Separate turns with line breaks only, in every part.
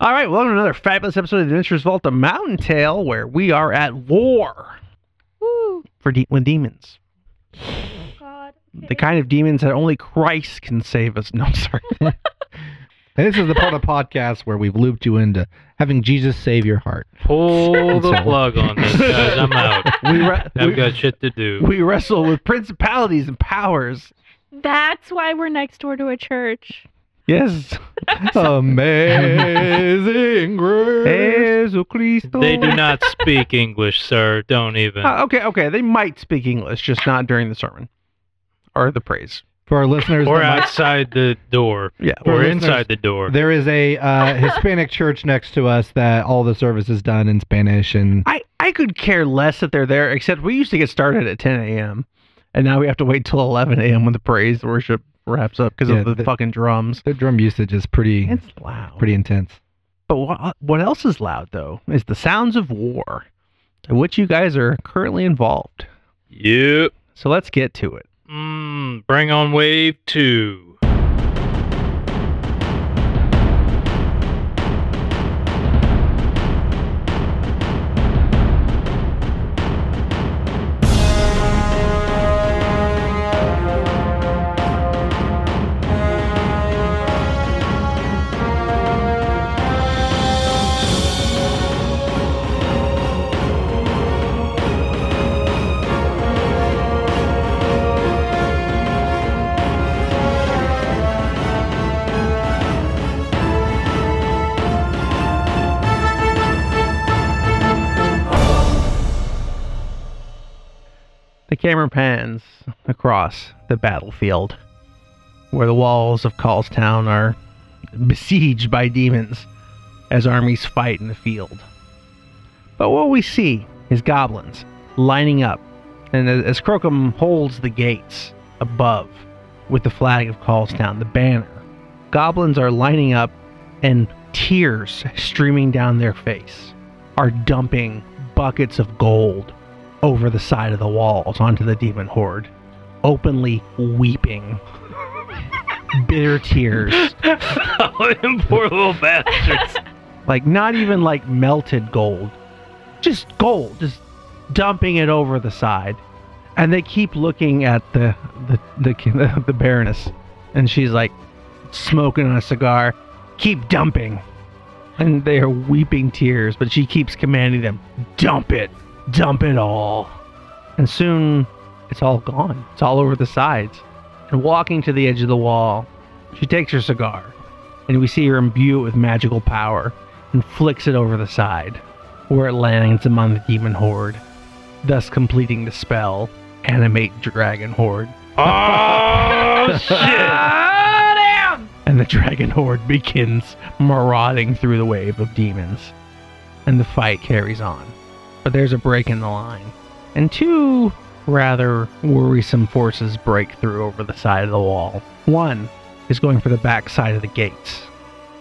All right, welcome to another fabulous episode of the Adventures Vault, the Mountain Tale, where we are at war
Woo.
for de- with demons.
God.
The kind of demons that only Christ can save us. No, I'm sorry.
And this is the part of the podcast where we've looped you into having Jesus save your heart.
Pull the
Sorry.
plug on this, guys. I'm out.
we, re-
I've
we,
got shit to do.
we wrestle with principalities and powers.
That's why we're next door to a church.
Yes.
Amazing grace.
Jesu Cristo.
They do not speak English, sir. Don't even.
Uh, okay, okay. They might speak English, just not during the sermon or the praise.
For our uh, listeners,
Or
that might-
outside the door.
Yeah.
For
Or
listeners-
inside the door.
there is a uh, Hispanic church next to us that all the service is done in Spanish. And
I, I could care less that they're there, except we used to get started at 10 a.m. And now we have to wait till 11 a.m. when the praise worship wraps up because
Yeah,
of the,
the-
fucking drums.
their drum usage is pretty,
It's loud.
pretty intense.
But what, what else is loud, though, is the sounds of war, in which you guys are currently involved.
Yep.
So let's get to it.
Mm, bring on wave two.
The camera pans across the battlefield where the walls of Callstown are besieged by demons as armies fight in the field. But what we see is goblins lining up, and as- as Crocum holds the gates above with the flag of Callstown, the banner, goblins are lining up and tears streaming down their face are dumping buckets of gold over the side of the walls onto the demon horde, openly weeping. Bitter tears.
Them poor little bastards.
Like, not even like melted gold. Just gold. Just dumping it over the side. And they keep looking at the, the, the, the Baroness. And she's like smoking on a cigar. Keep dumping. And they are weeping tears, but she keeps commanding them dump it. dump it all. And soon it's all gone. It's all over the sides. And walking to the edge of the wall, she takes her cigar and we see her imbue it with magical power and flicks it over the side, where it lands among the demon horde, thus completing the spell Animate Dragon Horde.
oh, shit.
And the dragon horde begins marauding through the wave of demons. And the fight carries on. But there's a break in the line. And two rather worrisome forces break through over the side of the wall. One is going for the back side of the gates,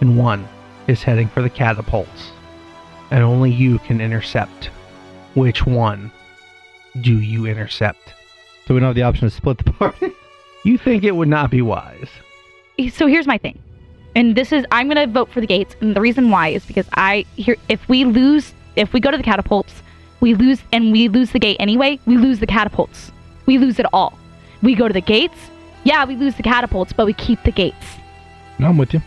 and one is heading for the catapults. And only you can intercept. Which one do you intercept?
So we don't have the option to split the party.
You think it would not be wise.
So here's my thing. And this is I'm gonna vote for the gates, and the reason why is because I here if we lose if we go to the catapults, we lose and we lose the gate anyway, we lose the catapults. We lose it all. We go to the gates, yeah, we lose the catapults, but we keep the gates.
No, I'm with you.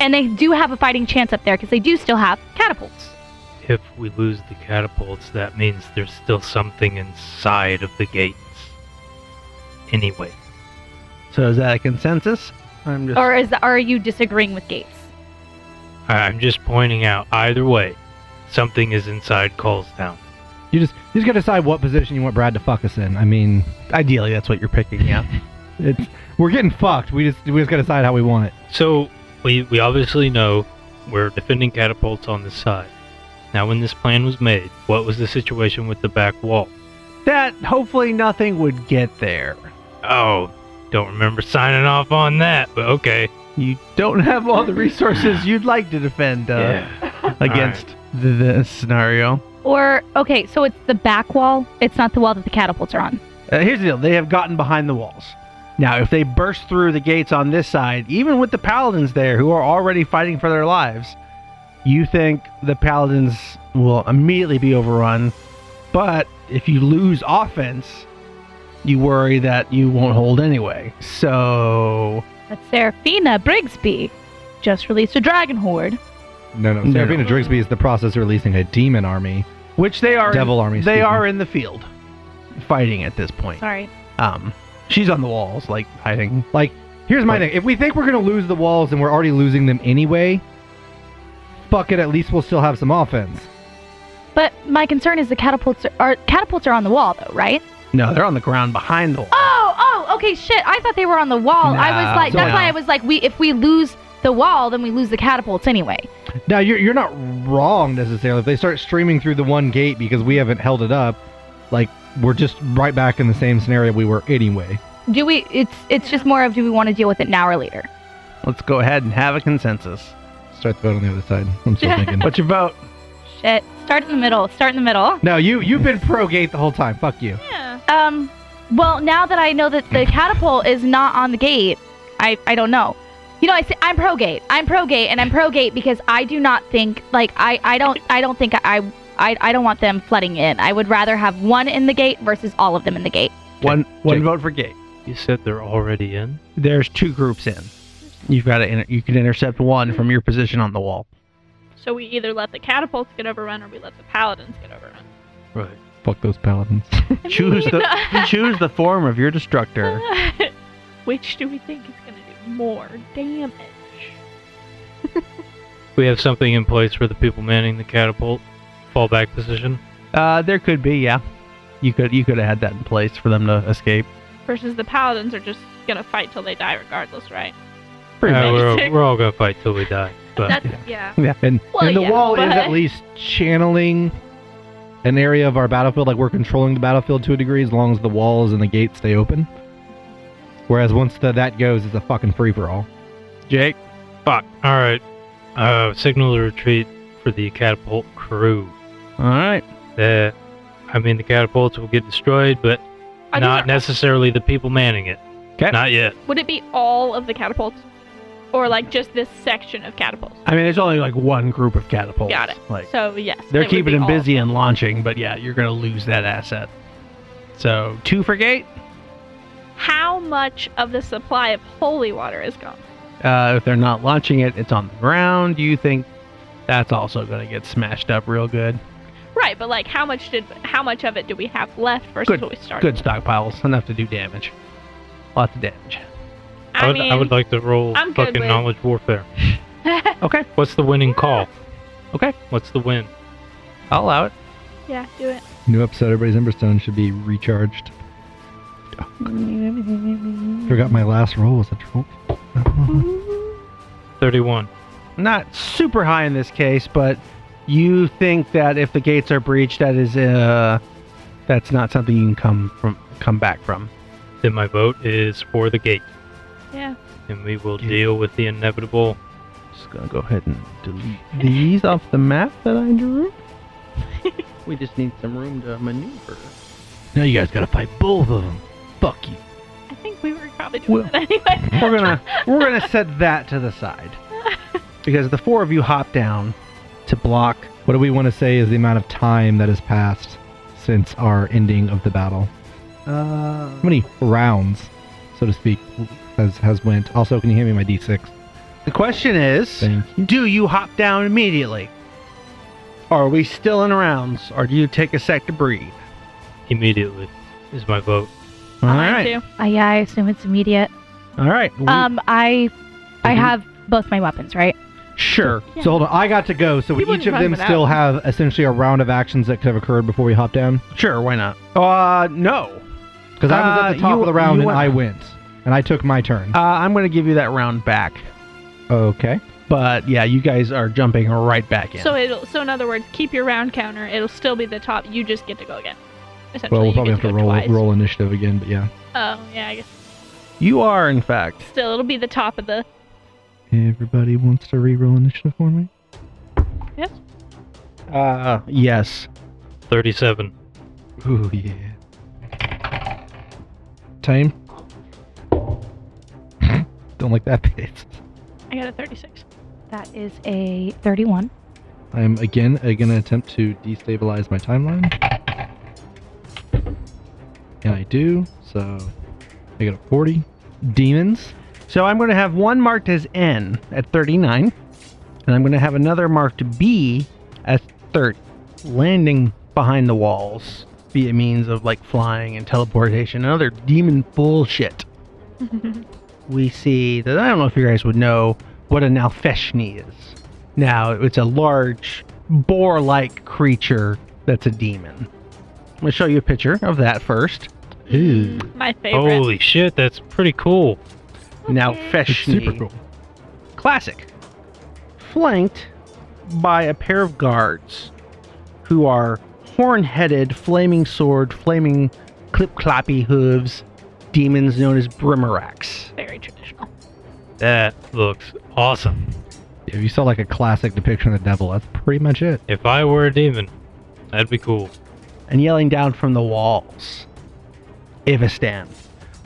And they do have a fighting chance up there because they do still have catapults.
If we lose the catapults, that means there's still something inside of the gates. Anyway.
So is that a consensus? I'm just
Or is are you disagreeing with gates?
I- I'm just pointing out, either way, something is inside Callstown.
You just you just gotta decide what position you want Brad to fuck us in. I mean,
ideally that's what you're picking, yeah.
it's we're getting fucked. We just we just gotta decide how we want it.
So, we, we obviously know we're defending catapults on this side. Now, when this plan was made, what was the situation with the back wall?
that hopefully nothing would get there.
Oh, don't remember signing off on that, but okay.
You don't have all the resources you'd like to defend uh, against th- this scenario.
Or okay, so it's the back wall. It's not the wall that the catapults are on.
Uh, here's the deal: they have gotten behind the walls. Now, if they burst through the gates on this side, even with the paladins there who are already fighting for their lives, you think the paladins will immediately be overrun. But if you lose offense, you worry that you won't hold anyway. So,
But Serafina Brigsby just released a dragon horde.
No, no.
No,
Serafina
no.
Drigsby is the process of releasing a demon army,
which they are
devil army.
they
excuse me.
are in the field fighting at this point.
Sorry.
Um she's on the walls like hiding.
Like, here's my
But-
thing. If we think we're going to lose the walls and we're already losing them anyway, fuck it. At least we'll still have some offense.
But my concern is the catapults are, are catapults are on the wall though, right?
No, they're on the ground behind the wall.
Oh, oh, okay, shit. I thought they were on the wall. I
Nah,
was like, that's
so-
why I was like, we if we lose the wall, then we lose the catapults anyway.
Now, you're, you're not wrong necessarily. If they start streaming through the one gate because we haven't held it up, like, we're just right back in the same scenario we were anyway.
Do we? It's it's just more of do we want to deal with it now or later?
Let's go ahead and have a consensus.
Start the vote on the other side. I'm still thinking.
What's your vote?
Shit. Start in the middle. Start in the middle.
no, you, you've been pro gate the whole time. Fuck you.
Um. Well, now that I know that the catapult is not on the gate, I I don't know. You know, I say I'm pro gate. I'm pro gate, and I'm pro gate because I do not think like I I don't I don't think I. I, I don't want them flooding in. I would rather have one in the gate versus all of them in the gate.
One one
Jake.
vote for gate.
You said they're already in.
There's two groups in. You've got to inter- you can intercept one from your position on the wall.
So we either let the catapults get overrun or we let the paladins get overrun.
Right.
Fuck those paladins.
Choose the choose the form of your destructor.
Which do we think is going to do more damage?
We have something in place for the people manning the catapult fallback position.
Uh, there could be, yeah. You could you could have had that in place for them to escape.
Versus the paladins are just going to fight till they die regardless, right?
Pretty
Uh,
Oh.
much.
we're,
basic.
we're all gonna fight till we die. But
That's, yeah.
And,
Well,
and the
yeah,
wall is at
but-
least channeling an area of our battlefield. Like we're controlling the battlefield to a degree as long as the walls and the gates stay open. Whereas once the, that goes, it's a fucking free for all.
Jake,
fuck. All right. Uh, signal a retreat for the catapult crew.
all right.
Uh, I mean, the catapults will get destroyed, but
I mean,
not necessarily the people manning it.
'Kay.
Not yet.
Would it be all of the catapults? Or like just this section of catapults?
I mean, there's only like one group of catapults.
Got it.
Like
So yes.
they're
it would
keeping
be
them
all.
busy and launching, but yeah, you're gonna lose that asset. So two for gate.
How much of the supply of holy water is gone?
Uh, if they're not launching it, it's on the ground. You think that's also gonna get smashed up real good?
Right, but like how much did how much of it do we have left versus
Good-
what we started?
Good stockpiles, enough to do damage. Lots of damage.
I,
would,
mean,
I would like to roll
I'm good
fucking
with-
knowledge warfare.
Okay,
What's the winning call?
Okay.
What's the win?
I'll allow it.
yeah, do it.
New episode, everybody's Emberstone should be recharged. Forgot my last roll was a troll.
31.
not super high in this case, but you think that if the gates are breached, that is uh, that's not something you can come from come back from.
Then my vote is for the gate,
Yeah.
and we will
Yeah.
deal with the inevitable.
Just gonna go ahead and delete these off the map that I drew. we just need some room to maneuver. Now you guys gotta fight both of them. Fuck you.
I think we were probably
Well-
doing that anyway.
We're gonna we're gonna set that to the side because the four of you hop down to block.
What do we want to say is the amount of time that has passed since our ending of the battle?
Uh,
How many rounds, so to speak, has has went? Also, can you hand me my d6?
the question is.
Thank you.
Do you hop down immediately? Are we still in rounds, or do you take a sec to breathe?
Immediately is my vote.
All
Mine
right,
too.
I, Uh, yeah, I assume it's immediate.
all right. We-
Um, I, I
Mm-hmm.
Mhm.
have both my weapons, right?
sure.
Yeah.
So hold on, I got to go. So
He
each
wouldn't
of
run
them
without
still
him.
have essentially a round of actions that could have occurred before we hop down.
Sure, why not? Uh, no.
Because I was
Uh,
at the top
you-
of the round
you
and
went-
I went, and I took my turn.
Uh, I'm going to give you that round back.
okay.
But yeah, you guys are jumping right back in.
So it'll so in other words, keep your round counter. It'll still be the top. You just get to go again. Essentially,
Well, we'll
you
probably
get
have to
go
roll
twice.
roll initiative again, but yeah.
Oh yeah, I guess
you are, in fact.
still it'll be the top of the.
Everybody wants to re-roll initiative for me.
Uh, yes.
37.
Ooh yeah. Time. Don't like that bit.
I got a 36.
That is a 31.
I am again uh, going to attempt to destabilize my timeline. And I do, so I got a 40. Demons.
So I'm going to have one marked as N at 39, and I'm going to have another marked B at 30, landing behind the walls via means of like flying and teleportation and other demon bullshit. we see that I don't know if you guys would know what an Alfeshni is. Now, it's a large boar like creature that's a demon. I'm going to show you a picture of that first.
Ooh.
My favorite.
Holy shit, that's pretty cool.
Now,
It's
Feshni.
super cool.
classic, flanked by a pair of guards who are horn headed, flaming sword, flaming clip cloppy hooves, demons known as Brimarax.
Very traditional.
That looks awesome.
If you saw like a classic depiction of the devil, that's pretty much it.
If I were a demon, that'd be cool.
and yelling down from the walls. Ivistan.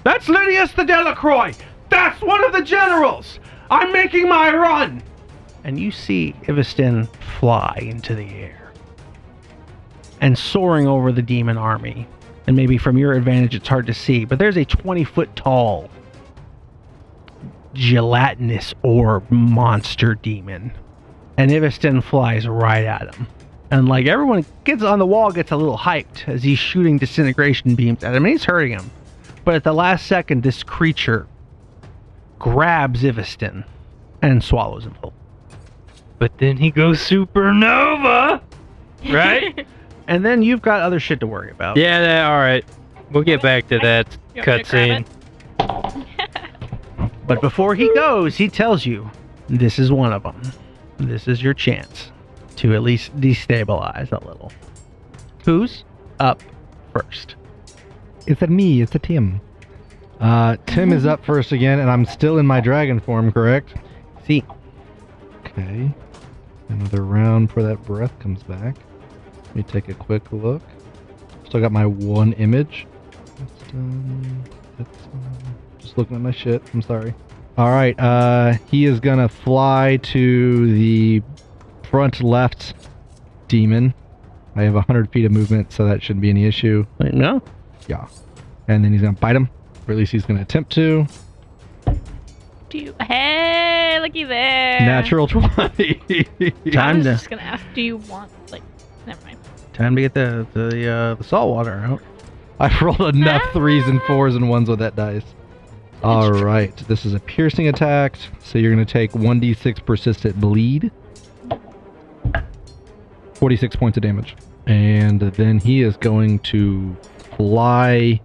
That's Lydius the Delacroix! That's one of the generals! I'm making my run! And you see Ivistan fly into the air and soaring over the demon army. And maybe from your advantage, it's hard to see, but there's a 20 foot tall gelatinous orb monster demon. And Ivistan flies right at him. And like everyone gets on the wall gets a little hyped as he's shooting disintegration beams at him and he's hurting him. But at the last second, this creature grabs Iviston and swallows him whole.
But then he goes supernova, right?
And then you've got other shit to worry about.
yeah, that, all right. We'll get back to that
You want me to grab
cutscene.
it?
But before he goes, he tells you this is one of them. This is your chance to at least destabilize a little. Who's up first?
It's a me. It's a Tim. Uh, Tim is up first again, and I'm still in my dragon form, correct?
See,
Okay. Another round before that breath comes back. Let me take a quick look. Still got my one image. That's done. That's done. Just looking at my shit. I'm sorry. All right. Uh, he is gonna fly to the front left demon. I have 100 feet of movement, so that shouldn't be any issue.
wait, no.
Yeah. And then he's gonna bite him, or at least he's gonna attempt to.
Do you... Hey, looky there.
Natural 20.
I
Time
was
to
just gonna ask, do you want like? Never mind.
time to get the the, uh, the salt water out.
I've rolled enough threes and fours and ones with that dice. All right, this is a piercing attack, so you're going to take 1d6 persistent bleed. 46 points of damage. And then he is going to fly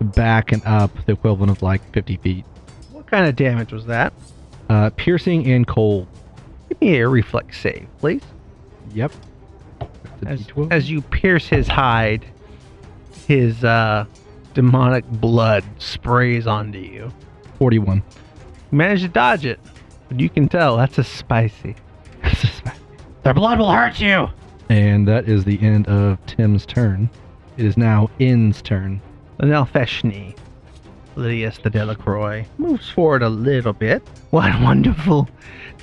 back and up the equivalent of like 50 feet.
What kind of damage was that?
Uh, piercing and cold.
Give me a reflex save, please.
Yep. That's a
As,
D12.
as you pierce his hide, his uh, demonic blood sprays onto you.
41.
You manage to dodge it, but you can tell that's a spicy. Their blood will hurt you.
and that is the end of Tim's turn. It is now In's turn.
An Elfeshni, Lydius the Delacroix, moves forward a little bit. What wonderful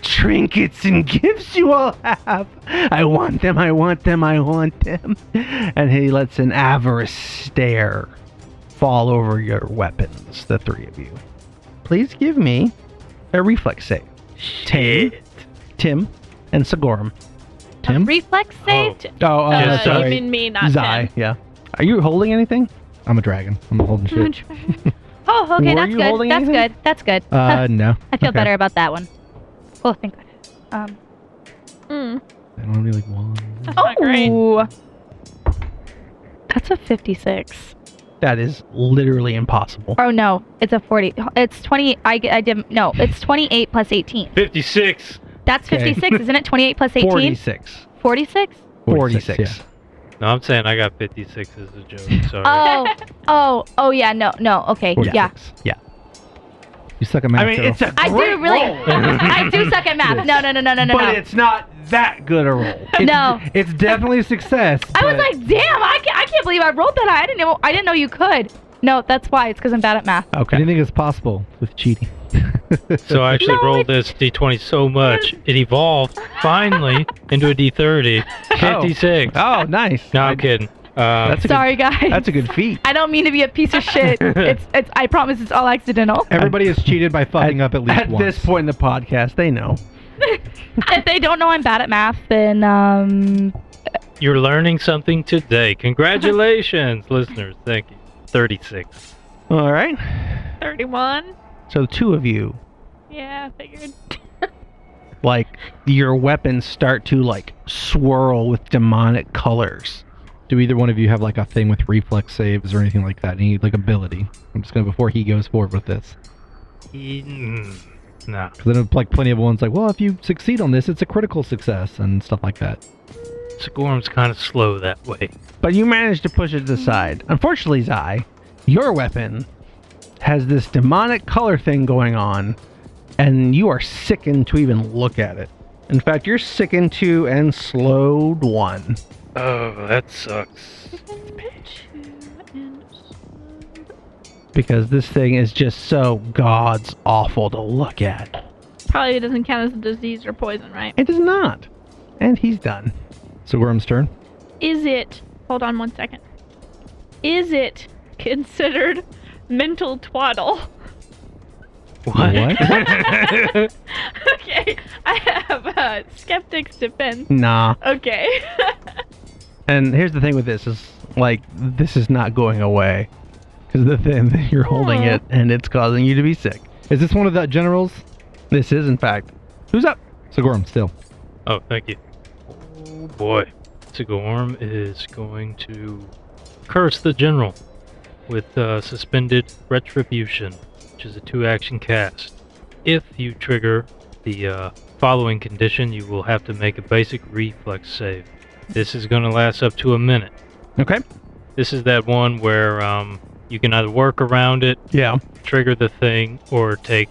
trinkets and gifts you all have! I want them, I want them, I want them. And he lets an avarice stare fall over your weapons, the three of you. Please give me a reflex save. Tim, Tim, and Sigorum.
Tim?
Reflex save.
Oh.
Oh,
Uh,
Yeah,
you
sorry.
mean me, not
Zai,
him.
yeah. Are you holding anything?
I'm a dragon. I'm holding shit.
Oh,
Were
okay, that's
you
good.
holding
That's
anything?
good. That's good.
Uh, no.
I feel
Okay.
better about that one. Oh, thank God. Um,
Mm,
I don't really like one.
Oh,
that's not great.
ooh. That's a 56.
That is literally impossible.
Oh no, it's a 40. It's 20. I, g- I did no. It's 28 plus 18.
56.
That's
Okay.
56, isn't it? 28 plus 18.
46.
46.
46.
No, I'm saying I got 56 as a joke. Sorry.
Oh, oh, oh yeah. No, no. Okay, yeah.
Yeah. You suck at math,
I mean,
Carol.
it's a
I do
great
really.
roll,
I do suck at math. No, no, no, no, no, no.
but
no.
it's not that good a roll.
It's-
no.
It's definitely a success.
I was
but-
like, damn, I can't, I can't believe I rolled that. high. I didn't know. I didn't know you could. No, that's why. It's because I'm bad at math.
Okay.
anything is possible with cheating.
So I actually
No,
rolled this d20 so much, it evolved finally into a d30.
Oh.
56.
Oh, nice.
No, I'm kidding. Um,
That's a
Sorry, guys.
Good, that's a good feat.
I don't mean to be a piece of shit. it's, it's. I promise it's all accidental.
Everybody has cheated by fucking up at least
At
once.
this point in the podcast, they know.
if they don't know I'm bad at math, then um,
you're learning something today. Congratulations, listeners. Thank you. 36.
All right.
31.
So two of you,
Yeah, I figured.
like your weapons start to like swirl with demonic colors.
Do either one of you have like a thing with reflex saves or anything like that? Any like ability? I'm just gonna before he goes forward with this,
Mm, No.
because then like plenty of ones like, well, if you succeed on this, it's a critical success and stuff like that.
Sigorm's kind of slow that way.
But you manage to push it to the side. Unfortunately, Zai, your weapon has this demonic color thing going on, and you are sickened to even look at it. In fact, you're sickened to and slowed one.
Oh, that sucks.
Because this thing is just so god's awful to look at.
Probably doesn't count as a disease or poison, right?
It does not. And he's done.
So Worm's turn.
Is it. Hold on one second. Is it considered mental twaddle?
What?
okay, I have uh, skeptic's defense.
Nah.
Okay.
And here's the thing with this is like this is not going away. Because the thing that you're holding
Oh.
it and it's causing you to be sick.
Is this one of the generals?
This is in fact. Who's up?
So Gorm still.
Oh, thank you. Oh boy. Sigorm is going to curse the general with uh, suspended retribution, which is a two action cast. If you trigger the uh, following condition, you will have to make a basic reflex save. This is going to last up to a minute.
Okay.
This is that one where um, you can either work around it,
Yeah.
trigger the thing, or take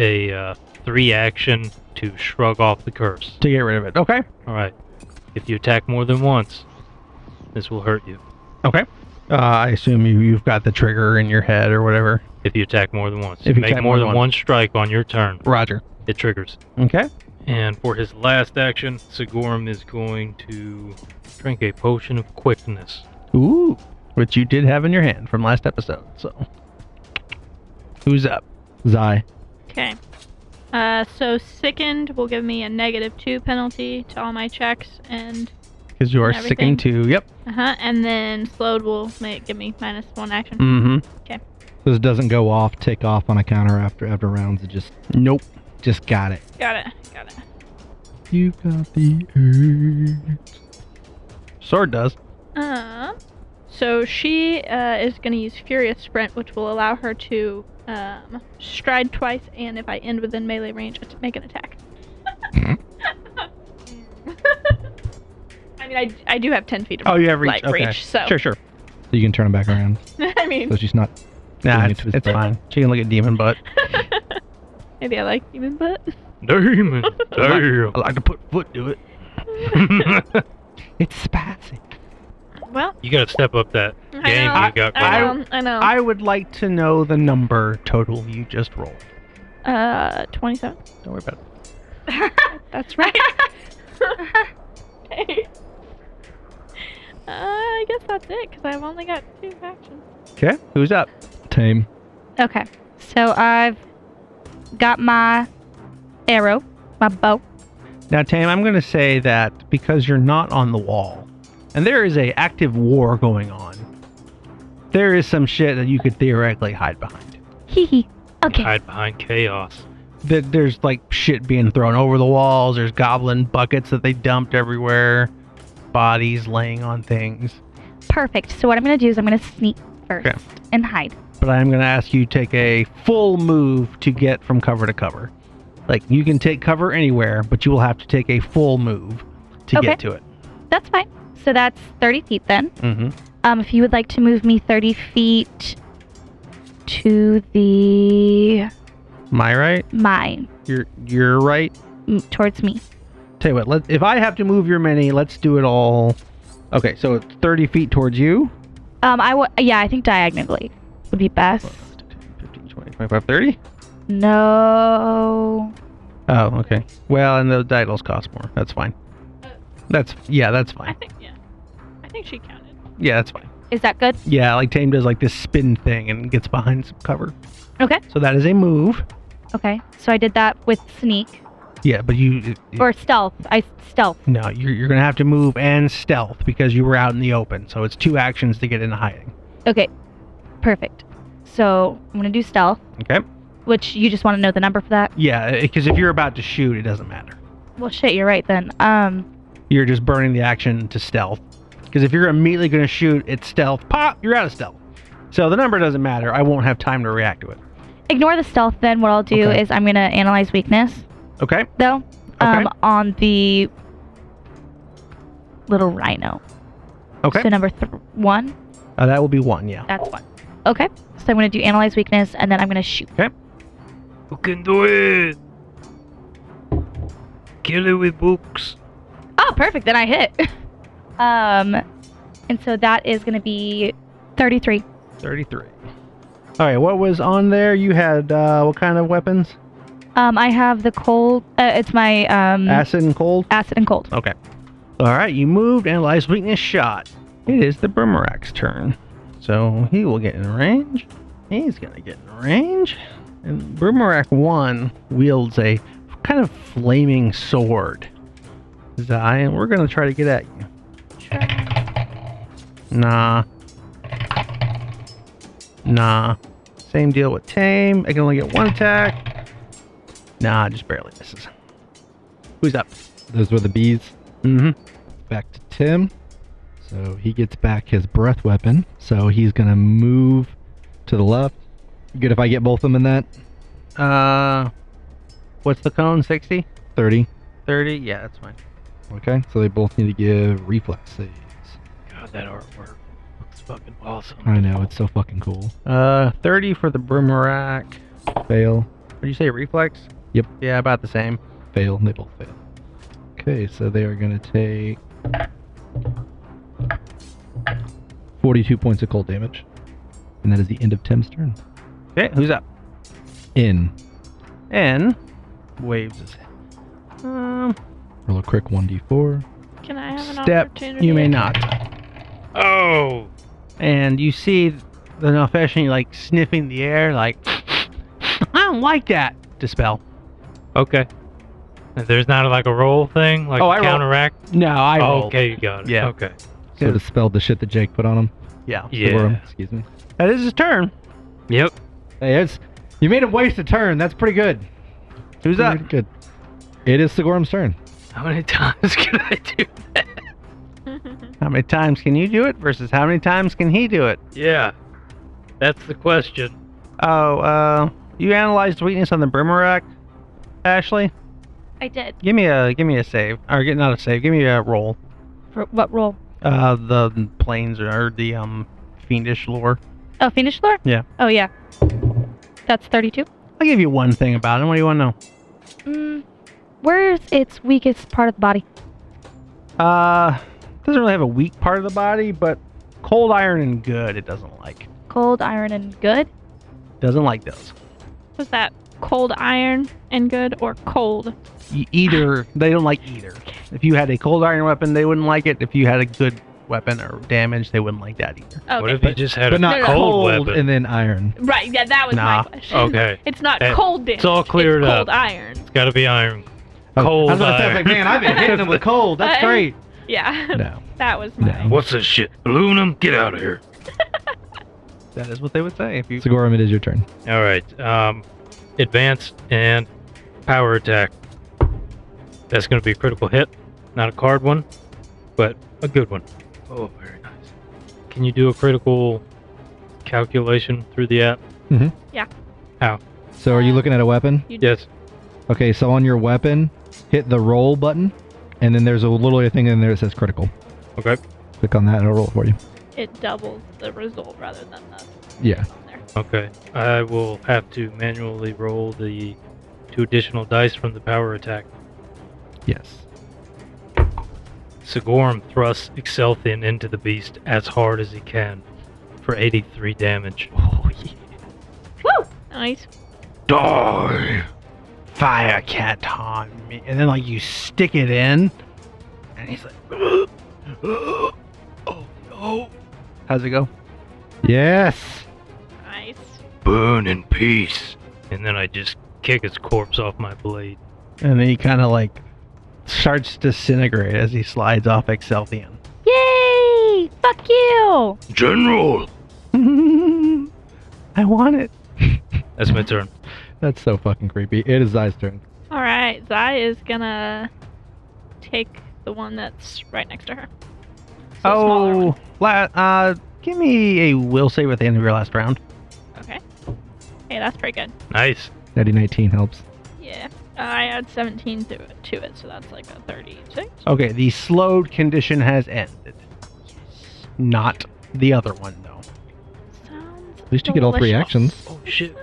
a uh, three action to shrug off the curse.
To get rid of it. Okay.
All right. If you attack more than once, this will hurt you.
Okay. Uh, I assume you, you've got the trigger in your head or whatever.
If you attack more than once,
If you
make
attack
more
more
than
than
one strike on your turn,
Roger.
it triggers.
Okay.
And for his last action, Sigorm is going to drink a potion of quickness.
Ooh. Which you did have in your hand from last episode. So. Who's up?
Zai.
okay. Uh, so sickened will give me a negative two penalty to all my checks, and
Because you are
Everything.
sickened to. Yep.
uh huh, and then slowed will make give me minus one action.
Mm
This doesn't go off, take off on a counter after after rounds. It just
hmm. Nope.
just got it.
Got it. Got it.
You got the eight.
Sword does.
Um, so she uh, is going to use Furious Sprint, which will allow her to um, stride twice, and if I end within melee range, att- make an attack. I mean, I, I do have 10 feet of
Oh, you have reach.
like,
okay.
reach, so.
Sure, sure.
So you can turn him back around.
I mean,
So she's not.
Nah,
Doing it
it's,
to his
it's
butt.
fine. She can look at demon butt.
maybe I like human butt.
Damon! Damn!
I like to put foot to it. It's spicy.
Well,
you gotta step up that
I
game
know.
you got
I
going.
know. I know.
I would like to know the number total you just rolled.
uh, 27.
Don't worry about it.
That's right. Okay. Uh, I guess that's it, because I've only got two actions.
Okay. Who's up?
Tame.
Okay. So I've got my arrow, my bow.
Now, Tam, I'm going to say that because you're not on the wall, and there is a active war going on, there is some shit that you could theoretically hide behind.
Hee hee. Okay.
Hide behind chaos.
That there's like shit being thrown over the walls. There's goblin buckets that they dumped everywhere, bodies laying on things.
Perfect. So what I'm gonna do is I'm gonna sneak first
Okay.
and hide.
But I'm going to ask you to take a full move to get from cover to cover. Like you can take cover anywhere, but you will have to take a full move to
Okay.
get to it.
That's fine. So that's 30 feet then.
Mm-hmm.
Um, if you would like to move me 30 feet to the
My right?
mine
You're you're right.
m- towards me.
Tell you what, let, if I have to move your mini, let's do it all. Okay, so it's 30 feet towards you.
Um, I w- yeah, I think diagonally would be best.
15, 20, 25, 30.
No.
Oh, okay. Well, and the titles cost more. That's fine. That's yeah, that's
I
fine.
think yeah. I think she counted.
Yeah, that's fine.
Is that good?
Yeah, like Tame does like this spin thing and gets behind some cover.
Okay.
So that is a move.
Okay. So I did that with sneak
Yeah, but you it- it-
or stealth. I stealth.
no, you're you're gonna have to move and stealth because you were out in the open. So it's two actions to get into hiding.
Okay. Perfect. So I'm gonna do stealth,
Okay.
which you just want to know the number for that.
Yeah, because if you're about to shoot, it doesn't matter.
Well, shit, you're right then. Um.
You're just burning the action to stealth. Because if you're immediately gonna shoot, it's stealth. Pop, you're out of stealth. So the number doesn't matter. I won't have time to react to it.
Ignore the stealth then. What I'll do
Okay.
is I'm gonna analyze weakness
Okay.
though.
Okay.
Um. On the little rhino.
Okay.
So number th- one.
Uh, that will be one. Yeah.
That's one. Okay. So I'm gonna do analyze weakness and then I'm gonna shoot.
Who can do it? Kill it with books.
Oh, perfect. Then I hit. um, and so that is going to be 33.
33. All right, what was on there? You had uh, what kind of weapons?
Um, I have the cold. Uh, it's my um
Acid and cold?
acid and cold.
Okay. All right, you moved, analyzed weakness, shot. It is the Brimarak's turn. So he will get in range. He's going to get in range. And Brimarak 1 wields a kind of flaming sword. Zion, we're going to try to get at you. Nah. Nah. Same deal with Tame. I can only get one attack. Nah, just barely misses. Who's up?
Those were the bees.
Mm-hmm.
Back to Tim. So he gets back his breath weapon. So he's gonna move to the left. Good if I get both of them in that.
Uh, what's the cone? 60?
Thirty.
30? Yeah, that's fine.
Okay. So they both need to give reflex saves.
God, that artwork looks fucking awesome.
I know it's so fucking cool.
Uh, 30 for the Brimarak.
Fail.
What do you say, reflex?
Yep.
Yeah, about the same.
Fail. They both fail. Okay. So they are gonna take forty-two points of cold damage, and that is the end of Tim's turn.
Okay, who's up?
In.
And waves his head. Um,
Roll a quick 1d4.
Can I have an
step,
opportunity?
you may not.
Oh,
And you see the Nalfeshin, like, sniffing the air, like, I don't like that. Dispel.
okay. And there's not like a roll thing, like
Oh, I
a
rolled.
counteract. Oh,
No, I rolled.
okay, you got it.
Yeah.
Okay.
So
Good.
dispelled the shit that Jake put on him.
Yeah.
for him,
Yeah.
Excuse me.
That is his turn.
Yep.
Hey, it's you made him waste a turn. That's pretty good.
Who's up?
Pretty good. It is Sigorum's turn.
How many times can I do?
How many times can you do it versus how many times can he do it?
Yeah. That's the question.
Oh, uh, you analyzed weakness on the Brimarak, Ashley.
I did.
Give me a give me a save, or get not a save. Give me a roll.
For what roll?
Uh, the planes or the um fiendish lore.
Oh, Fiendish Lore?
Yeah.
Oh, yeah. That's 32.
I'll give you one thing about him. What do you want to
Mm, where's its weakest part of the body?
know? Uh, doesn't really have a weak part of the body, but cold iron and good. It doesn't like.
Cold, iron, and good?
Doesn't like those.
Was that cold iron and good or cold?
E- Either they don't like either. If you had a cold iron weapon, they wouldn't like it. If you had a good weapon or damage, they wouldn't like that either.
Okay.
What if you just had
But
a
not
no,
cold,
cold,
weapon?
and then iron.
right, yeah, that was
Nah.
my question.
okay.
It's not
That-
cold damage.
it's all cleared
cold
up.
iron.
It's got to be iron.
Oh,
Cold
I was gonna say, I
iron.
was like, man, I've been hitting him with cold. That's
Uh,
great.
Yeah,
No.
that was
No.
mine.
What's this shit? Aluminum? Get out of here.
That is what they would say if you.
Sigorum, it is your turn.
All right. Um, advance and power attack. That's going to be a critical hit. Not a card one, but a good one. Oh, very nice. Can you do a critical calculation through the app?
So are you looking at a weapon?
Yes.
Okay, so on your weapon, hit the roll button, and then there's a little thing in there that says critical.
Okay.
Click on that and it'll roll it for you.
It doubles the result rather than the
Yeah.
on there.
Okay. I will have to manually roll the two additional dice from the power attack.
Yes.
Sigorm thrusts Excelthian into the beast as hard as he can for 83 damage.
Woo! Nice.
Die! Fire cat on me. And then, like, you stick it in, and he's like, oh no. How's it go? Yes!
Nice.
Burn in peace.
And then I just kick his corpse off my blade.
And then he kind of, like, starts to disintegrate as he slides off Excelthian.
Yay! Fuck you!
General! I want it.
That's my turn.
That's so fucking creepy. It is Zai's turn.
All right, Zai is gonna take the one that's right next to her. So smaller one.
oh, la- uh, give me a will save at the end of your last round.
Okay. Hey, that's pretty good.
Nice.
Natty 19 helps.
Yeah. I add 17 to it, to it, so that's like a 36.
Okay, the slowed condition has ended. Not the other one, though.
Sounds
At least you get all three
delicious.
actions.
Oh shit!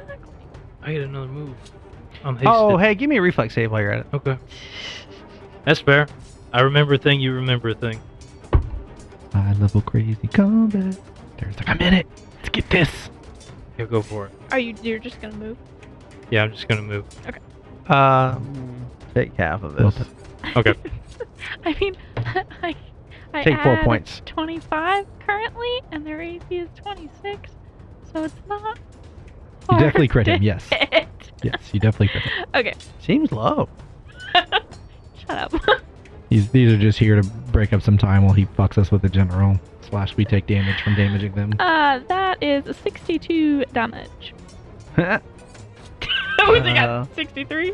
I get another move. I'm hasted.
Oh, hey, give me a reflex save while you're at it.
Okay. That's fair. I remember a thing. You remember a thing.
High level crazy combat. There's the
I'm in it. Let's get this.
Here, go for it.
Are you? You're just gonna move?
Yeah, I'm just gonna move.
Uh, take half of this.
Okay.
I mean, I, I
Take four
add
points.
25 currently, and their AC is 26, so it's not.
You definitely crit him, yes.
hard.
Yes, you definitely crit him.
okay,
Seems low.
shut up.
These, these are just here to break up some time while he fucks us with the general. Slash, we take damage from damaging them.
Uh, that is 62 damage.
All
What's it
Uh.
got? 63?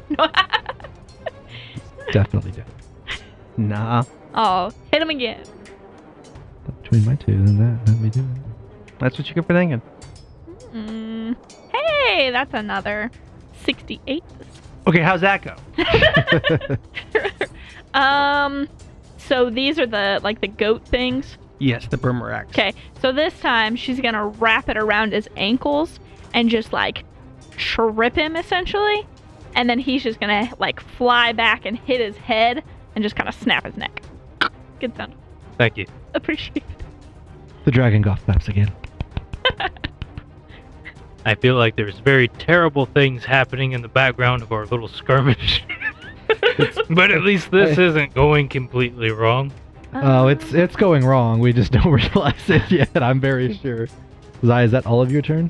Definitely do.
Nah,
oh, hit him again.
Between my two and that, that'd be doing.
that's what you get for thinking.
Mm. Hey, that's another 68.
Okay, how's that go?
um, so these are the like the goat things.
Yes, the Burmerax.
Okay, so this time she's gonna wrap it around his ankles and just like trip him essentially, and then he's just gonna like fly back and hit his head and just kind of snap his neck. Good sound.
Thank you.
Appreciate. it.
The dragon golf maps again.
I feel like there's very terrible things happening in the background of our little skirmish. but at least this isn't going completely wrong.
Oh, it's it's going wrong. We just don't realize it yet. I'm very sure. Zai, is that all of your turn?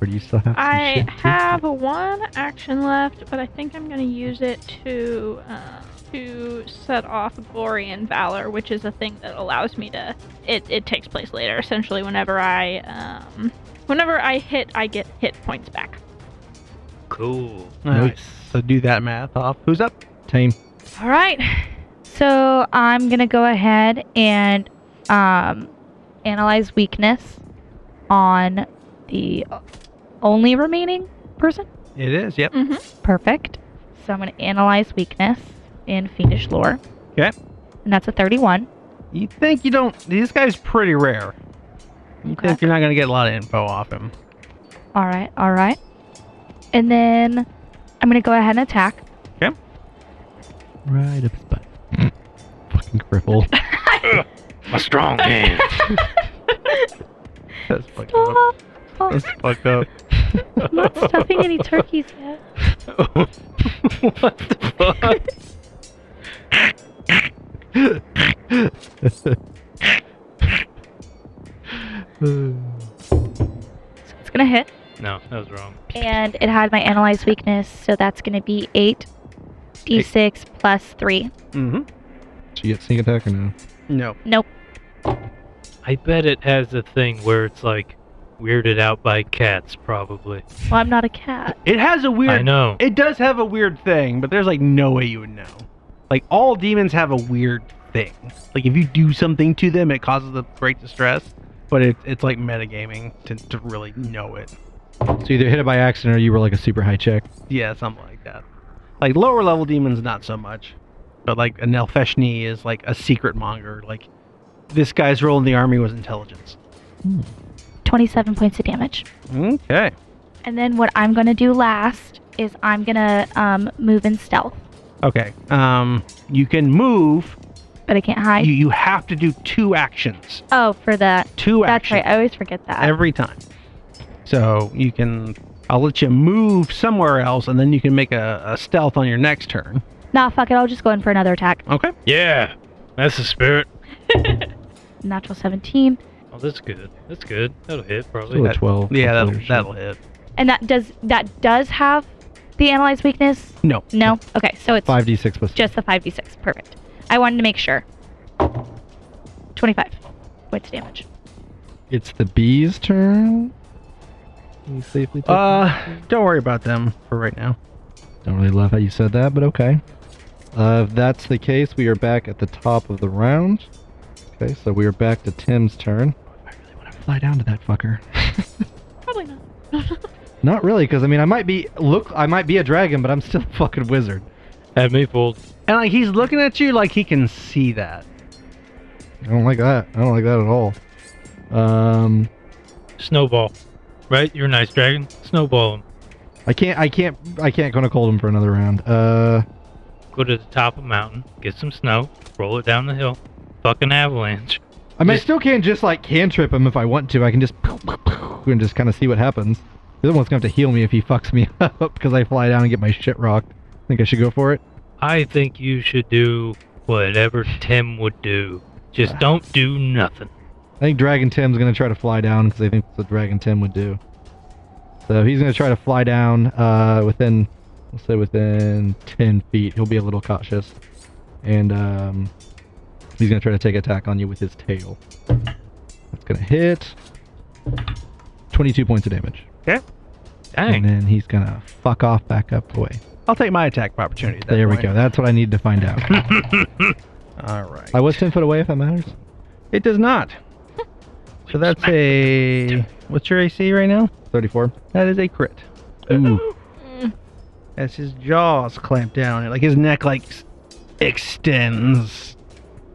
Or do you still have? Some
I
shit to
have one action left, but I think I'm gonna use it to uh, to set off glory and valor, which is a thing that allows me to. It, it takes place later, essentially. Whenever I um, whenever I hit, I get hit points back.
Cool.
Alright,
Nice.
So do that math off. Who's up?
do? Tame.
All right. So I'm gonna go ahead and um, analyze weakness on the only remaining person.
It is. Yep.
Mm-hmm.
Perfect. So I'm gonna analyze weakness in fiendish lore.
Okay.
And that's a 31.
You think you don't? This guy's pretty rare. You
Okay.
think you're not gonna get a lot of info off him?
All right. All right. And then I'm gonna go ahead and attack.
Right up his butt. Fucking cripple.
My strong hand.
That's fucked up.
Stop. Oh,
That's fucked up.
I'm not stuffing any turkeys yet.
what the fuck?
So it's gonna hit.
No, that was wrong.
And it had my analyze weakness, so that's going to be 8 d6 plus 3.
mm-hmm.
She get sneak attack or no?
No.
Nope.
I bet it has a thing where it's like weirded out by cats, probably.
Well, I'm not a cat.
It has a
I
weird.
know.
It does have a weird thing, but there's like no way you would know. Like all demons have a weird thing. Like if you do something to them, it causes the great distress. But it, it's like metagaming to, to really know it.
So you either hit it by accident or you were like a super high check.
Yeah, something like that. Like lower level demons, not so much. But like an Elfeshni is like a secret monger. Like this guy's role in the army was intelligence.
27 points of damage.
Okay.
And then what I'm going to do last is I'm going to um, move in stealth,
Okay. Um, you can move.
but I can't hide.
you you have to do two actions.
oh, for that.
Two
That's
actions
right. I always forget that.
every time. So you can I'll let you move somewhere else, and then you can make a, a stealth on your next turn.
Nah, fuck it. I'll just go in for another attack.
Okay.
Yeah, that's the spirit.
Natural 17.
Oh, that's good. That's good. That'll hit probably.
Still a
that-
12.
Yeah, that'll,
Completion.
that'll hit.
And that does that does have the analyze weakness?
No.
No? Okay, so it's
5d6 plus
just the 5d6. Perfect. I wanted to make sure. 25 points of damage.
It's the bee's turn. You safely took
Uh, don't worry about them for right now.
Don't really love how you said that, but okay. Uh, if that's the case, we are back at the top of the round. Okay, so we are back to Tim's turn. I really want to fly down to that fucker.
Probably not.
Not really, because I mean, I might be look, I might be a dragon, but I'm still a fucking wizard.
Had me fooled.
And like he's looking at you like he can see that.
I don't like that. I don't like that at all. Um,
Snowball, right? You're a nice dragon. Snowball him.
I can't, I can't, I can't go to cold him for another round. Uh,
Go to the top of a mountain, get some snow, roll it down the hill. Fucking avalanche.
I mean, I
Just-
still can just like cantrip him if I want to. I can just and just kind of see what happens. The other one's gonna have to heal me if he fucks me up because I fly down and get my shit rocked. Think I should go for it?
I think you should do whatever Tim would do. Just don't do nothing.
I think Dragon Tim's gonna try to fly down because I think that's what Dragon Tim would do. So he's gonna try to fly down uh, within, let's say within ten feet. He'll be a little cautious, and um, he's gonna try to take attack on you with his tail. That's gonna hit. Twenty-two points of damage. And
Dang.
then he's gonna fuck off back up the way.
I'll take my attack of opportunity. at that
There we
point.
go. That's what I need to find out.
All right.
I was ten foot away if that matters.
It does not. So that's a. What's your AC right now?
Thirty-four.
That is a crit.
Ooh.
As his jaws clamp down, like his neck like s- extends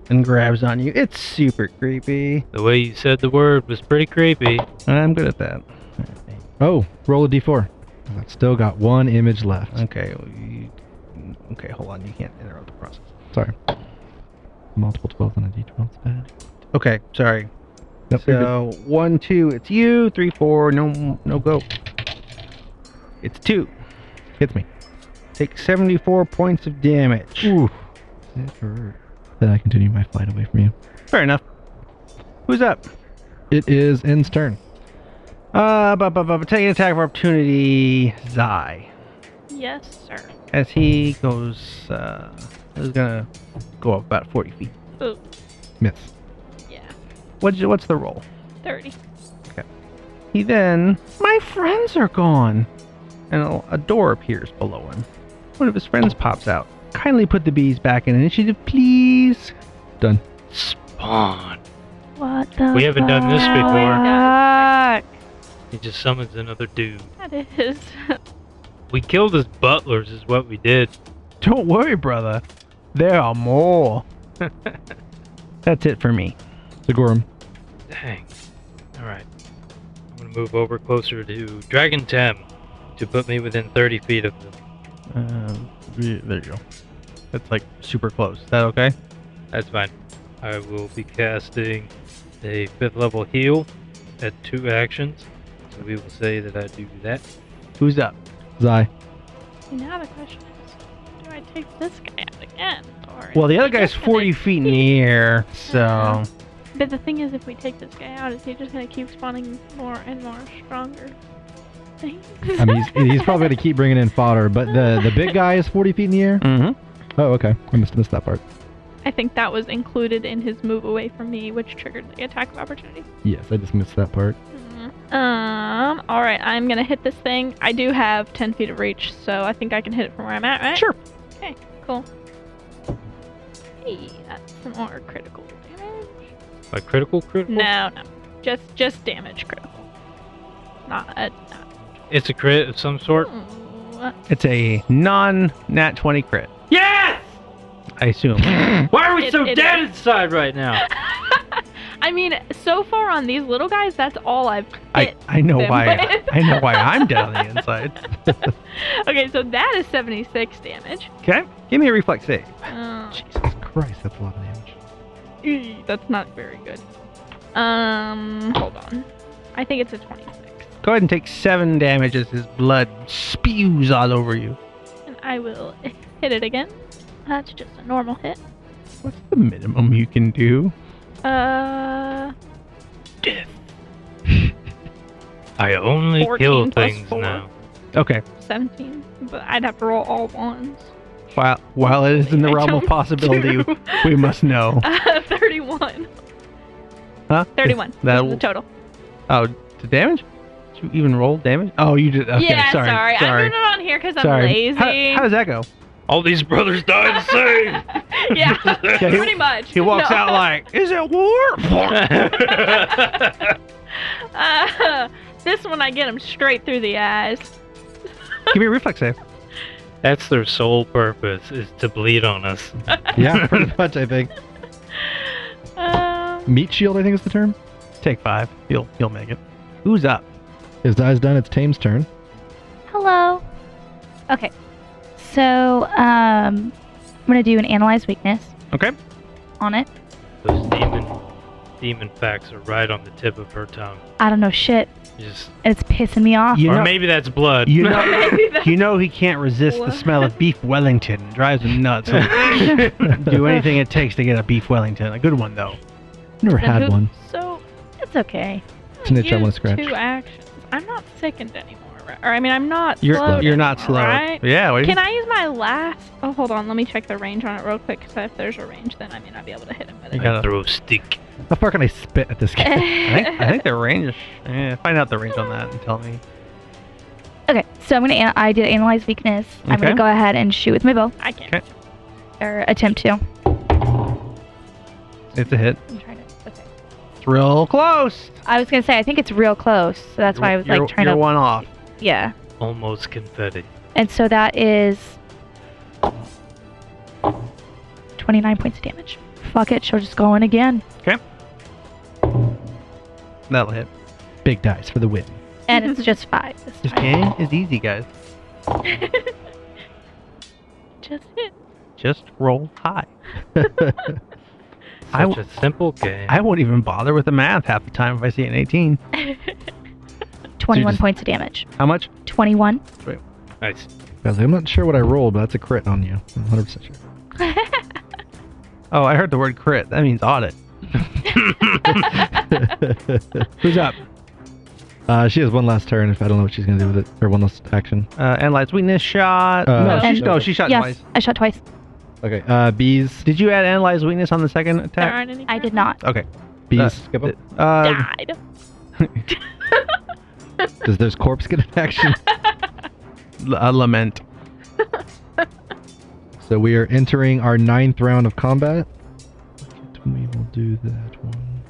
and grabs on you. It's super creepy.
The way you said the word was pretty creepy.
I'm good at that.
Oh, roll a d4. I've still got one image left.
Okay. well, you- Okay, hold on. You can't interrupt the process.
Sorry. Multiple 12 on a d12 is bad.
Okay, sorry.
Nope, you're good.
So one, two, it's you. Three, four, no, no go. It's two.
Hits me.
Take 74 points of damage.
Ooh. That hurt. Then I continue my flight away from you.
Fair enough. Who's up?
It is N's turn.
Uh, but, but, but take an attack of opportunity, Zai.
Yes, sir.
As he goes, uh, he's gonna go up about 40 feet.
Ooh,
Miss.
yeah.
What's, what's the roll?
30.
He then, my friends are gone! And a, a door appears below him. One of his friends pops out. Kindly put the bees back in initiative, please.
Done.
Spawn.
What the
We haven't done this
fuck?
before.
Fuck.
He just summons another dude.
That is.
We killed his butlers, is what we did.
Don't worry, brother. There are more. That's it for me.
Sigorum.
Dang. Alright. I'm gonna move over closer to Dragon Tem to put me within 30 feet of them.
Um, y- there you go. That's like super close. Is that okay?
That's fine. I will be casting a fifth level heal at two actions. So we will say that I do that.
Who's up?
Zai.
now the question is do I take this guy out again? Or
Well, the
is
other
he
guy's
just
40 feet in the air, so.
But the thing is, if we take this guy out, is he just gonna keep spawning more and more stronger things?
I mean, he's, he's probably going to keep bringing in fodder, but the, the big guy is 40 feet in the air.
Mm-hmm.
Oh, okay. I must have missed that part.
I think that was included in his move away from me, which triggered the attack of opportunity.
Yes, I just missed that part.
Mm-hmm.
Um. All right, I'm gonna hit this thing. I do have 10 feet of reach, so I think I can hit it from where I'm at, right?
Sure.
Okay. Cool. Hey, that's some more critical damage.
A critical critical?
No, no, just just damage critical. Not a. Not,
It's a crit of some sort.
Ooh.
It's a non nat 20 crit.
Yes!
I assume.
Why are we
It-
so
it
dead inside right now?
I mean, so far on these little guys, that's all I've
I,
hit.
I know
them
why
with.
I know why I'm down on the inside.
okay, so that is 76 damage.
Okay, give me a reflex save.
Uh,
Jesus Christ, that's a lot of damage.
that's not very good. Um, hold on. I think it's a 26.
Go ahead and take seven damage as his blood spews all over you.
And I will hit it again. That's just a normal hit.
What's the minimum you can do?
Uh,
I only
14
kill
plus
things
four.
now.
Okay.
17. But I'd have to roll all ones.
While while it is in the
I
realm of
don't
possibility,
do.
we must know.
Uh, 31.
Huh?
31. That
That'll-
was the total.
Oh, to damage? Did you even roll damage? Oh, you did. Okay,
yeah,
sorry.
I put it on here because I'm
sorry.
lazy.
How, how does that go?
All these brothers died the
yeah,
he-
pretty much.
He walks
No.
out like, "Is it war?"
same.
Uh, this one I get him straight through the eyes.
Give me a reflex save.
That's their sole purpose is to bleed on us.
yeah, pretty much. I think
Um,
meat shield. I think is the term.
Take five. You'll you'll make it. Who's up?
His die's done. It's Tame's turn.
Hello. Okay. So, um, I'm gonna do an analyze weakness.
Okay.
On it.
Those demon demon facts are right on the tip of her tongue.
I don't know shit.
Just
and It's pissing me off.
You
or
know,
maybe that's blood.
you know,
maybe that-
you know he can't resist the
What?
smell of beef Wellington. It drives him nuts. do anything it takes to get a beef Wellington. A good one though.
Never
then
had
who-
one.
So
It's okay.
It's an itch I
used
wanna scratch.
Two actions. I'm not sickened anymore, right? or I mean, I'm not.
You're
slowed
you're not slow.
anymore, Right?
Yeah. What do you-
Can I use my last? Oh, hold on. Let me check the range on it real quick. Because if there's a range, then I may not be able to hit him with
You
it.
got- gotta-
throw a stick.
How far can I spit at this guy?
I think, I think the range. Is, eh, find out the range on that and tell me.
Okay. So I'm gonna. An- I did analyze weakness. I'm
Okay.
gonna go ahead and shoot with my bow
I can't.
Okay.
or attempt to.
It's a hit.
I'm trying to. Okay.
It's real close.
I was gonna say I think it's real close. So that's why I was
You're-
like trying
you're
to.
one off.
Yeah.
Almost confetti.
And so that is 29 points of damage. Fuck it, she'll just go in again.
That'll hit.
Big dice for the win.
And it's just five. this
This
time.
game is easy, guys.
Just hit.
Just roll high.
Such
I w-
a simple game.
I won't even bother with the math half the time if I see an 18.
21
just-
points of damage.
How much?
21.
nice.
I was like, I'm not sure what I rolled, but that's a crit on you. I'm 100% sure.
Oh, I heard the word crit. That means audit. Who's up?
uh, she has one last turn. If I don't know what she's gonna do with it, or one last action.
Uh, and lights weakness shot.
Uh,
no,
And-
Oh, she, no, she shot
yes,
twice.
I shot twice.
Okay. Uh, bees.
Did you add analyze weakness on the second
There
attack?
aren't any.
I did
current
not.
Okay.
Bees.
Uh,
skip 'em?
Uh,
Died.
Does this corpse get an action?
l- uh, lament.
so we are entering our ninth round of combat. We will do that one.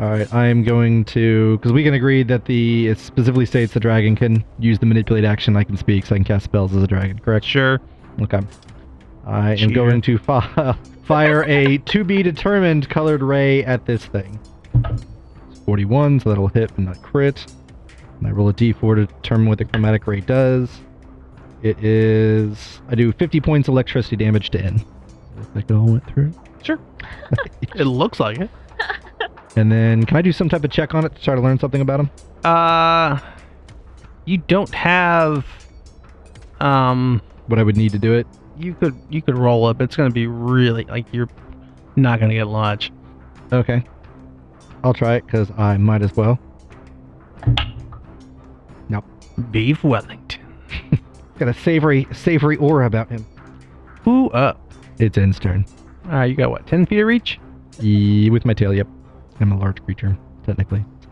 All right. I am going to because we can agree that the it specifically states the dragon can use the manipulate action. I can speak, so I can cast spells as a dragon. Correct.
Sure.
Okay. I am
Cheater.
going to fi- fire a to be determined colored ray at this thing. It's 41, so that'll hit but not crit. And I roll a d4 to determine what the chromatic ray does. It is. I do 50 points electricity damage to N. Looks like it all went through.
Sure. it looks like it.
And then, can I do some type of check on it to try to learn something about him?
Uh, you don't have. Um,
What I would need to do it?
you could you could roll up. It's gonna be really like you're not gonna get much.
Okay. I'll try it because I might as well.
Beef Wellington.
Got a savory, savory aura about him.
Who up?
It's N's turn.
All right, Uh, you got what? Ten feet of reach.
Ye- with my tail, yep. I'm a large creature, technically. so.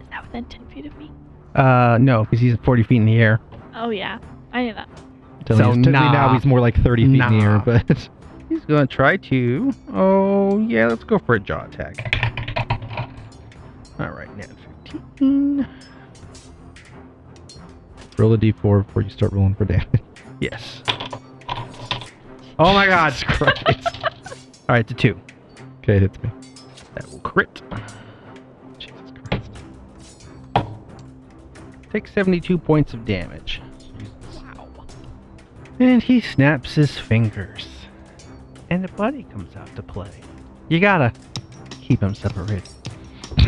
Is that within 10 feet of me?
Uh, no, because he's forty feet in the air.
Oh, yeah. I knew that.
Technically-
So
technically now
nah.
he's more like 30 feet in the air,
Nah.
but
He's gonna try to. Oh yeah, let's go for a jaw attack. All right, now fifteen.
roll a d4 before you start rolling for damage.
Yes. Oh my God!
Christ.
All right, to two.
okay, it hits me.
That will crit.
Jesus Christ.
Take 72 points of damage. And he snaps his fingers. And a buddy comes out to play. You gotta keep him separated.
I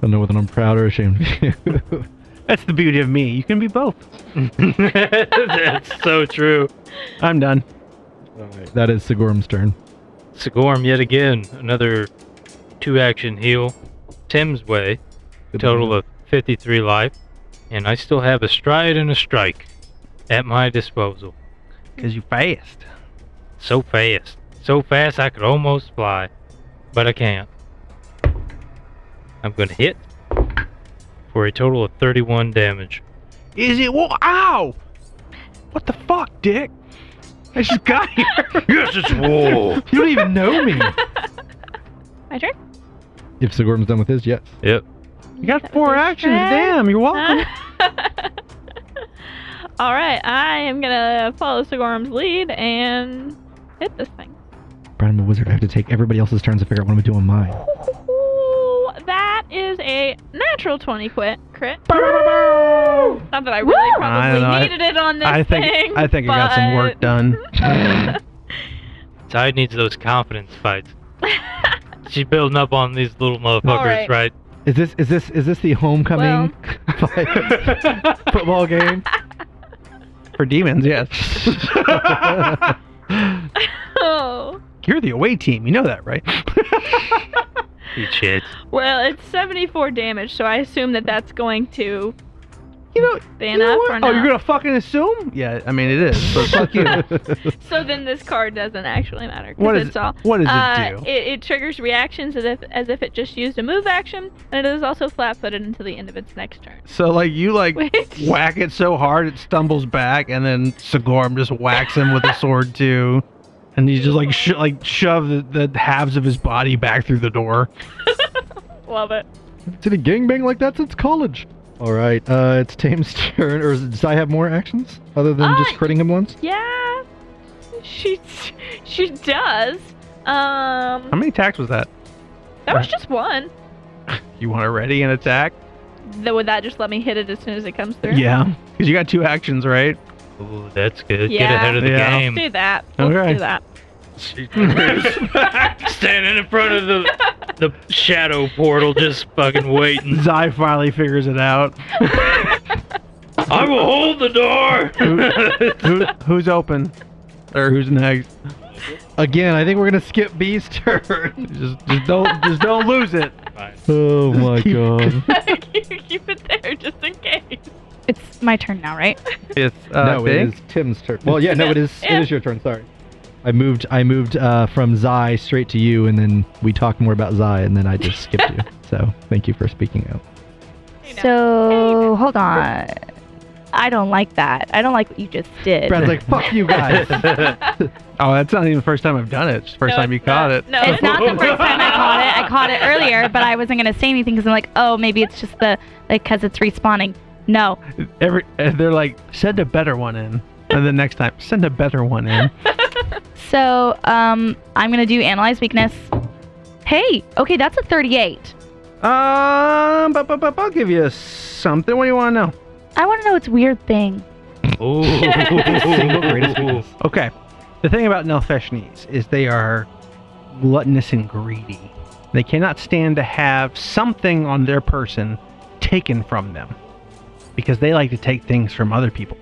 don't know whether I'm proud or ashamed of you.
That's the beauty of me. You can be both.
That's so true.
I'm done.
That is Sigorm's turn.
Sigorm yet again, another two action heal. Tim's way, total of 53 life, and I still have a stride and a strike at my disposal.
Because you fast.
So fast. So fast I could almost fly, but I can't. I'm going to hit for a total of 31 damage.
Is it? Whoa, ow! What the fuck, dick? I just got here.
Yes, it's war!
You don't even know me.
My turn?
if Sigorm's done with his, yes.
Yep.
You got
That was
four
a
actions.
strike.
Damn, you're welcome.
All right, I am gonna follow Sigorm's lead and hit this thing.
Brian, I'm a wizard. I have to take everybody else's turns to figure out what I'm gonna do on mine.
Ooh, that is a natural 20 quit crit. Not that I really
Woo!
I
probably
don't know, I-
needed it on this
I think
thing.
I think I got some work done.
done.
Tide needs those confidence fights. She's building up on these little motherfuckers,
Alright.
right?
Is this is this is this the homecoming football game?
For demons, yes.
oh.
You're the away team. You know that, right?
Eat shit.
Well, it's 74 damage, so I assume that that's going to
You know.
be
you know
enough
what?
or
oh,
not.
you're gonna fucking assume? Yeah, I mean it is. But fuck you.
So then this card doesn't actually matter. 'cause
What is
it's all.
What does
Uh,
it do?
it, it triggers reactions as if, as if it just used a move action, and it is also flat-footed until the end of its next turn.
so like you like
Which-
whack it so hard it stumbles back, and then Sigorm just whacks him with a sword too, and you just like sho- like shove the, the halves of his body back through the door.
Love it.
Did a gangbang like that since college. All right, uh, it's Tame's turn. Or is it- does I have more actions other than just
Uh,
critting him once?
Yeah, she she does.
How
Um,
many attacks was that?
that was just one.
You want to ready an attack?
Though would that just let me hit it as soon as it comes through?
Yeah, because you got two actions, right?
Ooh, that's good. Get
Yeah.
ahead of the
Yeah.
game.
Do that. Let's
Okay.
do that.
Standing in front of the the shadow portal, just fucking waiting.
Zai finally figures it out.
I will hold the door.
Who, who's open? Or who's next?
Again, I think we're gonna skip B's turn.
Just, just don't, just don't lose it.
Oh
Just
my
keep-
god.
keep, keep it there just in case.
It's my turn now, right?
It's uh,
no, it
big.
is Tim's turn. Well, yeah, no, it is. It
Yeah.
is your turn. Sorry, I moved. I moved uh, from Zai straight to you, and then we talked more about Zai, and then I just skipped you. So thank you for speaking out.
You know.
So hold on. I don't like that. I don't like what you just did.
Brad's like, "Fuck you guys."
Oh, that's not even the first time I've done it. It's the first
No,
time you
it's
caught
not.
it.
No,
It's not the first time I caught it. I caught it earlier, but I wasn't gonna say anything because I'm like, oh, maybe it's just the like because it's respawning. No,
Every uh, they're like, send a better one in, and then next time send a better one in.
So um, I'm gonna do analyze weakness. Hey, okay, that's a 38.
Um, but, but, but I'll give you something. What do you want to know?
I want to know its weird thing.
Single greatest
Ooh.
weakness.
Okay. The thing about Nelfeshnis is they are gluttonous and greedy. They cannot stand to have something on their person taken from them because they like to take things from other people.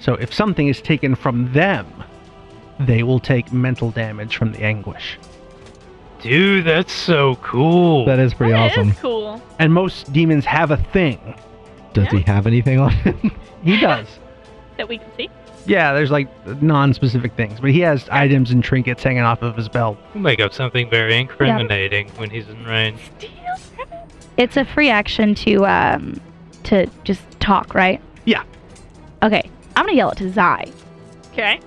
So if something is taken from them, they will take mental damage from the anguish.
Dude, that's so cool.
That is pretty
That is
awesome.
cool.
And most demons have a thing.
Does he have anything on him?
He does.
That we can see.
Yeah, there's like non specific things, but he has items and trinkets hanging off of his belt.
We'll make up something very incriminating when he's in range.
Steel
It's a free action to um, to just talk, right?
Yeah.
Okay, I'm gonna yell it to Zai.
Okay.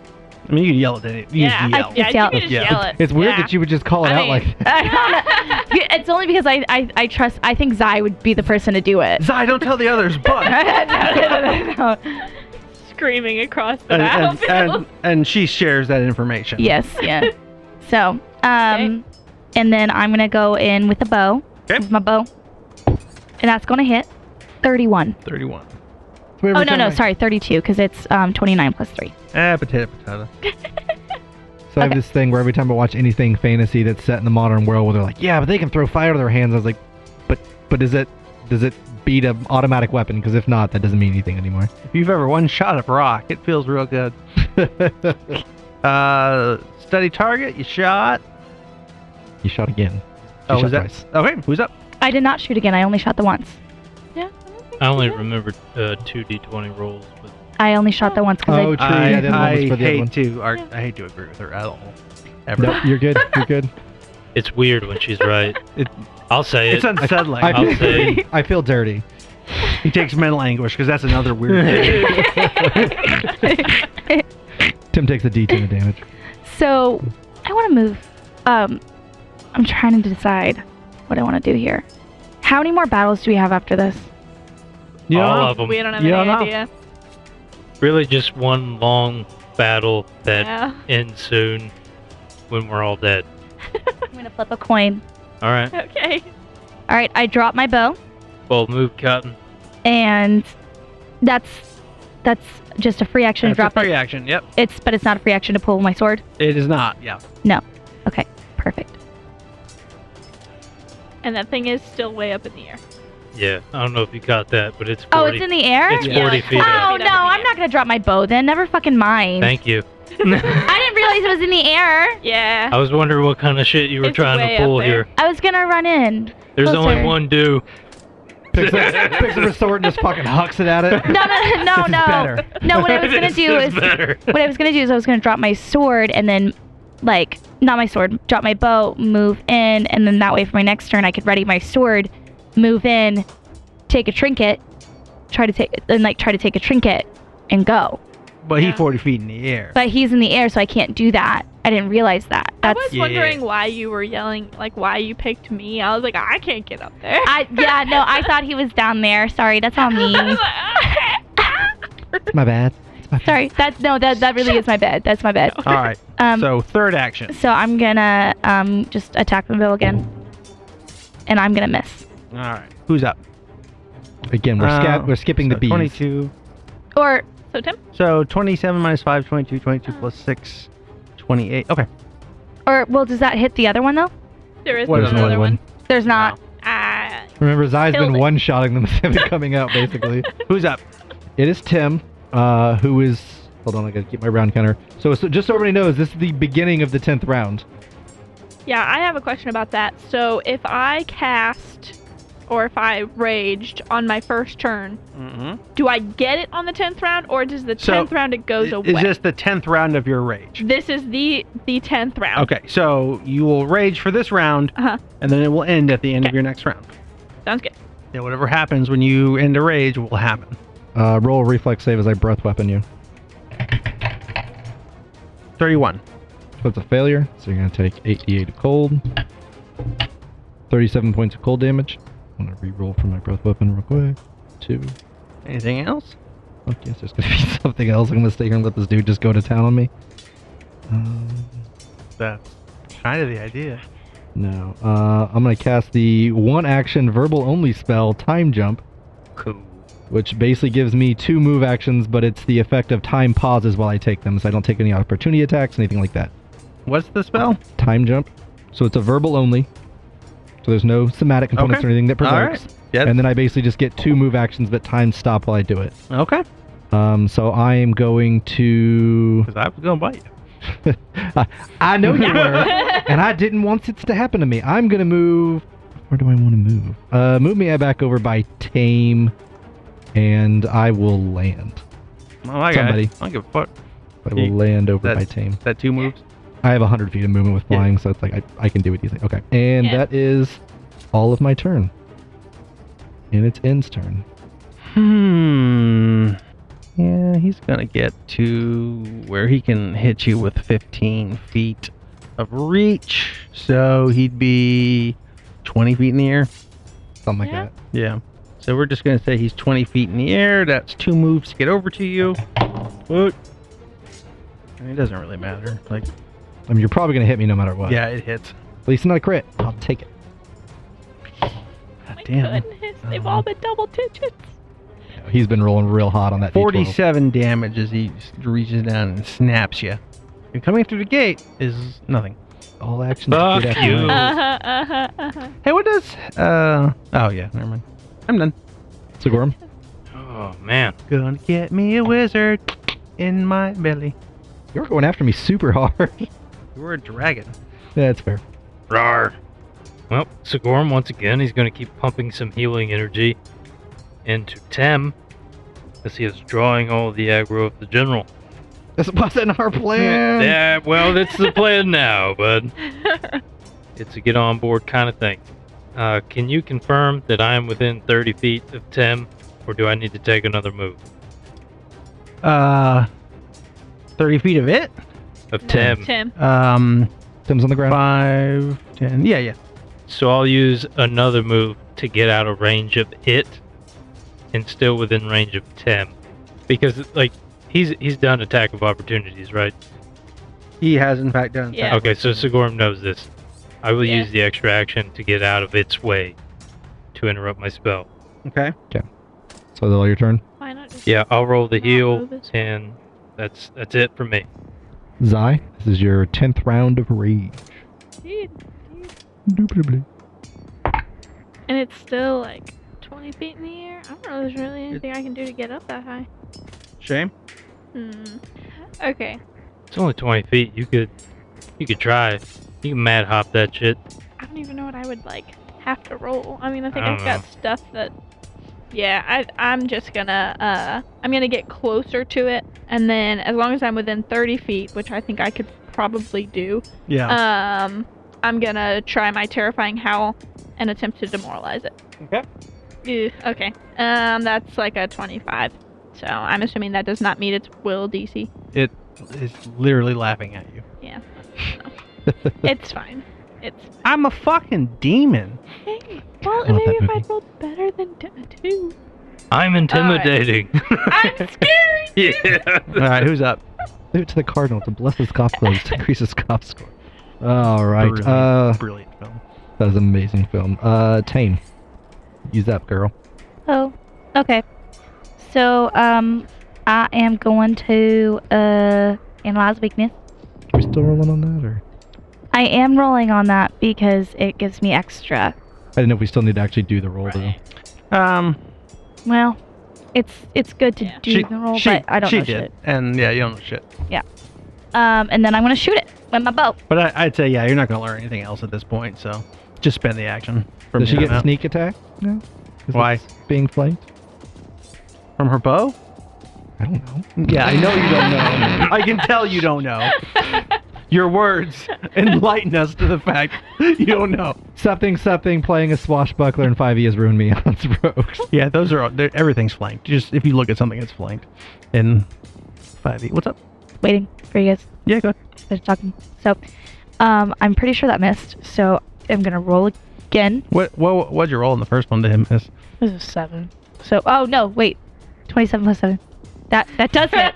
I mean, you could yell at it. You
Yeah.
just
I-
yell.
Yeah,
It's yell-
you can just
Yeah.
yell it.
It's weird
yeah.
that you would just call it
I
out
mean-
like that.
it's only because I, I I trust. I think Zai would be the person to do it.
Zai, don't tell the others, but.
No, no, no, no, no.
screaming across the
and, and,
battlefield.
and, and she shares that information.
Yes, yeah. So,
Okay.
um, and then I'm gonna go in with a bow.
Okay.
With my bow, and that's gonna hit 31.
31.
Oh no, no, sorry, 32, because it's um 29 plus three.
Ah, potato, potato.
So I have
Okay.
this thing where every time I watch anything fantasy that's set in the modern world, where they're like, "Yeah, but they can throw fire to their hands," I was like, "But, but does it, does it beat an automatic weapon? Because if not, that doesn't mean anything anymore."
If you've ever one shot a rock, it feels real good. uh, study target. You shot.
You shot again. You
Oh,
shot
was that
twice.
okay? Who's up?
I did not shoot again. I only shot the once.
Yeah. I don't think
I only
you did.
remembered uh, two d20 rolls. With,
I only shot the once because
Oh, true.
I,
yeah, the other one was
I
for the other
hate
one.
to. ar- I hate to agree with her at all. Ever.
No, you're good. You're good.
it's weird when she's right.
It-
I'll say it.
It's unsettling.
I
I'll
feel,
say
dirty. I feel dirty.
he takes mental anguish because that's another weird thing.
Tim takes a D10 of damage.
So I want to move. Um, I'm trying to decide what I want to do here. How many more battles do we have after this?
You know,
all of them.
Oh, We don't have
You
any
don't know.
idea.
Really, just one long battle that
Yeah.
ends soon when we're all dead.
I'm gonna flip a coin.
All right.
Okay.
All right, I drop my bow,
Well, move, Cotton.
and that's that's just a free action
that's
to drop
a free
it.
action. Yep.
It's but it's not a free action to pull my sword.
It is not. Yeah.
Okay, perfect.
And that thing is still way up in the air.
Yeah. I don't know if you got that, but it's 40.
Oh, it's in the air.
It's
Yeah.
40 feet. up.
Oh no, I'm not gonna drop my bow then. Never fucking mind.
Thank you.
I didn't realize it was in the air.
Yeah.
I was wondering what kind of shit you were
It's
trying
way
to
up
pull
there.
here.
I was gonna run in.
There's only
Closer.
one do.
Picks up, picks up his sword and just fucking hucks it at it.
No, no, no,
This is
no.
better.
No, what I was gonna
This
do
is
is
better.
what I was gonna do is I was gonna drop my sword and then like not my sword, drop my bow, move in, and then that way for my next turn I could ready my sword, move in, take a trinket, try to take and like try to take a trinket and go.
But he
Yeah.
40 feet in the air.
But he's in the air, so I can't do that. I didn't realize that.
I
That's
was
Yeah.
wondering why you were yelling, like why you picked me. I was like, I can't get up there.
I yeah, no, I thought he was down there. Sorry, that's on me.
It's my bad. It's my
Sorry. That's no, that that really is my bed. That's my bed.
All right.
Um
so third action.
So I'm gonna um, just attack the bill again, and I'm gonna miss.
All right. Who's up?
Again, we're, sca-
Uh,
we're skipping
so
the bees.
22.
Or
so Tim,
So 27 minus 5, 22, 22 plus 6, 28. Okay.
or well, does that hit the other one though?
there is
What
There's
is
another
another
one.
There's not.
Ah,
Remember, Zai's
Killed
been
it.
one-shotting them since they've been coming out, basically.
Who's up?
It is Tim, uh, who is. Hold on, I gotta keep my round counter. So, so just so everybody knows, this is the beginning of the tenth round.
yeah, I have a question about that. So if I cast, or if I raged on my first turn,
Mm-hmm.
do I get it on the tenth round, or does the
So,
tenth round it goes away?
It's just the 10th round of your rage.
This is the the tenth round.
Okay. So you will rage for this round,
Uh-huh.
and then it will end at the end of
Okay.
your next round.
Sounds good.
And whatever happens when you end a rage will happen.
Uh, roll a reflex save as I breath weapon you.
31.
So it's a failure. So you're gonna take 88 of cold, 37 points of cold damage. I'm gonna re-roll for my breath weapon real quick. Two.
Anything else?
Fuck yes, there's gonna be something else. I'm gonna stay here and let this dude just go to town on me. Um,
That's kind of the idea.
no. Uh, I'm gonna cast the one action verbal only spell, time jump.
Cool.
which basically gives me two move actions, but it's the effect of time pauses while I take them, so I don't take any opportunity attacks, anything like that.
What's the spell?
Time jump. So it's a verbal only. So there's no somatic components
Okay.
or anything that
All
provokes.
right. Yes.
And then I basically just get two move actions, but time stop while I do it.
okay.
Um, so I am going to.
Because I was gonna bite you.
I know you were, and I didn't want it to happen to me. I'm gonna move. Where do I want to move? Uh, move me back over by tame, and I will land.
Oh, I got
Somebody.
it. I don't give a fuck.
I will
You-
land over by
that's-
tame.
Is that two moves?
I have 100 feet of movement with flying, so it's like I, I can do it easily. Okay. And
Yeah.
that is all of my turn. And it's N's turn.
Hmm. Yeah, he's gonna get to where he can hit you with 15 feet of reach. So he'd be 20 feet in the air.
Something like
Yeah.
that.
Yeah. So we're just gonna say he's 20 feet in the air. That's two moves to get over to you. What? I mean, it doesn't really matter. Like,
I mean, you're probably going to hit me no matter what.
yeah, it hits.
At least not a crit. I'll take it.
Oh My
Damn.
goodness, they've all been double digits.
He's been rolling real hot on that. D12.
47 damage as he s- reaches down and snaps you. You're coming after the gate is nothing.
All actions. to get
Fuck
after
you.
my-
Uh huh. Uh huh. Uh-huh.
Hey, what does? Uh oh yeah, never mind. I'm done.
Sigorum.
Oh man.
Gonna get me a wizard in my belly.
You're going after me super hard. yeah,
You're a dragon.
that's fair.
Rawr. Well, Sigorum once again, he's going to keep pumping some healing energy into Tem as he is drawing all the aggro of the general.
This wasn't our plan.
Yeah, well, that's the plan now, bud. It's a get on board kind of thing. Uh, can you confirm that I am within 30 feet of Tem, or do I need to take another move?
Uh, thirty feet of it.
Hmm.
Of Tem.
Tim.
Um,
Tim's on the ground.
five, ten. Yeah, yeah.
So I'll use another move to get out of range of it and still within range of Tim. Because like he's he's done attack of opportunities, right?
He has in fact done.
Yeah.
Okay, so Sigorum knows this. I will
Yeah.
use the extra action to get out of its way to interrupt my spell.
Okay.
So is all your turn.
Why not just
Yeah, I'll roll the
Not
heal
move as well.
and that's that's it for me.
Zai, this is your tenth round of rage.
Indeed, indeed.
Indubitably.
And it's still like 20 feet in the air. I don't know if there's really anything I can do to get up that high.
Shame.
Hmm. Okay.
It's only twenty feet. You could you could try. You can mad hop that shit.
I don't even know what I would like have to roll. I mean, I think
I
I've
don't
got stuff that. Yeah, I, I'm just gonna. Uh, I'm gonna get closer to it, and then as long as I'm within 30 feet, which I think I could probably do,
Uh,
Yeah.
um, I'm gonna try my terrifying howl and attempt to demoralize it.
Okay.
Ew, okay. Um, that's like a 25. So I'm assuming that does not meet its will DC.
It's literally laughing at you.
It's fine. It's
I'm a fucking demon.
hey. Well,
I love
maybe
that
if I
movie.
rolled better than d- a two.
I'm intimidating.
I'm scared.
yeah.
All right, who's up?
Leave it to the Cardinal to bless his cop close to increase his cop score. All right.
Brilliant,
Uh,
brilliant film.
that is an amazing film. Uh, Tame, use that girl.
Oh, okay. So, um, I am going to uh analyze weakness.
Are we still rolling on that, or
I am rolling on that because it gives me extra.
I didn't know if we still need to actually do the roll though.
Um,
Well, it's it's good to
Yeah.
do
she,
the roll,
she,
but I don't
she
know
did,
shit.
and yeah, you don't know shit.
Um, and then I'm gonna shoot it with my bow.
But I, I'd say, yeah, you're not gonna learn anything else at this point, so just spend the action from
Does she
here
get
on out.
sneak attack? No. 'Cause
Why?
it's Being flanked?
from her bow.
I don't know.
Yeah, I know you don't know. I can tell you don't know. Your words enlighten us to the fact you don't know.
Something, something. Playing a swashbuckler in 5e has ruined me on strokes.
Yeah, those are all, they're- everything's flanked. Just if you look at something, it's flanked. In five e, what's up?
Waiting for you guys.
Yeah, go ahead.
to finish talking. So, um, I'm pretty sure that missed. So I'm gonna roll again.
What what what'd you roll in the first one to him? Miss?
This is seven. So oh no, wait, twenty-seven plus seven. That that does it.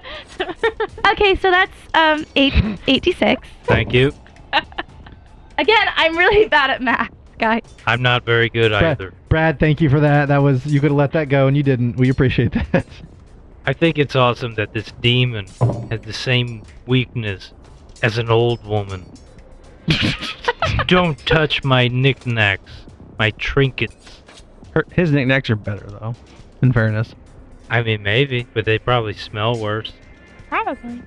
okay, so that's um eight eighty-six.
Thank you.
Again, I'm really bad at math, guys.
I'm not very good either.
Brad, thank you for that. That was you could have let that go and you didn't. We appreciate that.
I think it's awesome that this demon has the same weakness as an old woman. Don't touch my knickknacks, my trinkets.
Her, his knickknacks are better though. In fairness,
I mean, maybe, but they probably smell worse.
Probably.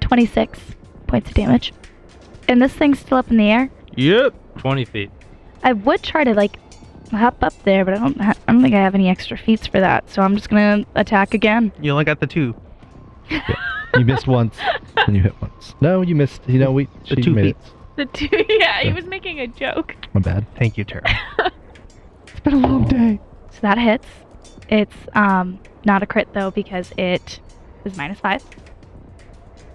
Twenty-six points of damage, and this thing's still up in the air.
yep.
20 feet.
I would try to like hop up there, but I don't. Ha- I don't think I have any extra feats for that. So I'm just gonna attack again.
You only got the two.
you missed once and you hit once. No, you missed. You know we.
The
she
two
made it.
feats.
The two. Yeah, he was making a joke.
My bad.
Thank you, Tara.
It's been a long day.
So that hits. It's um not a crit though because it is minus five,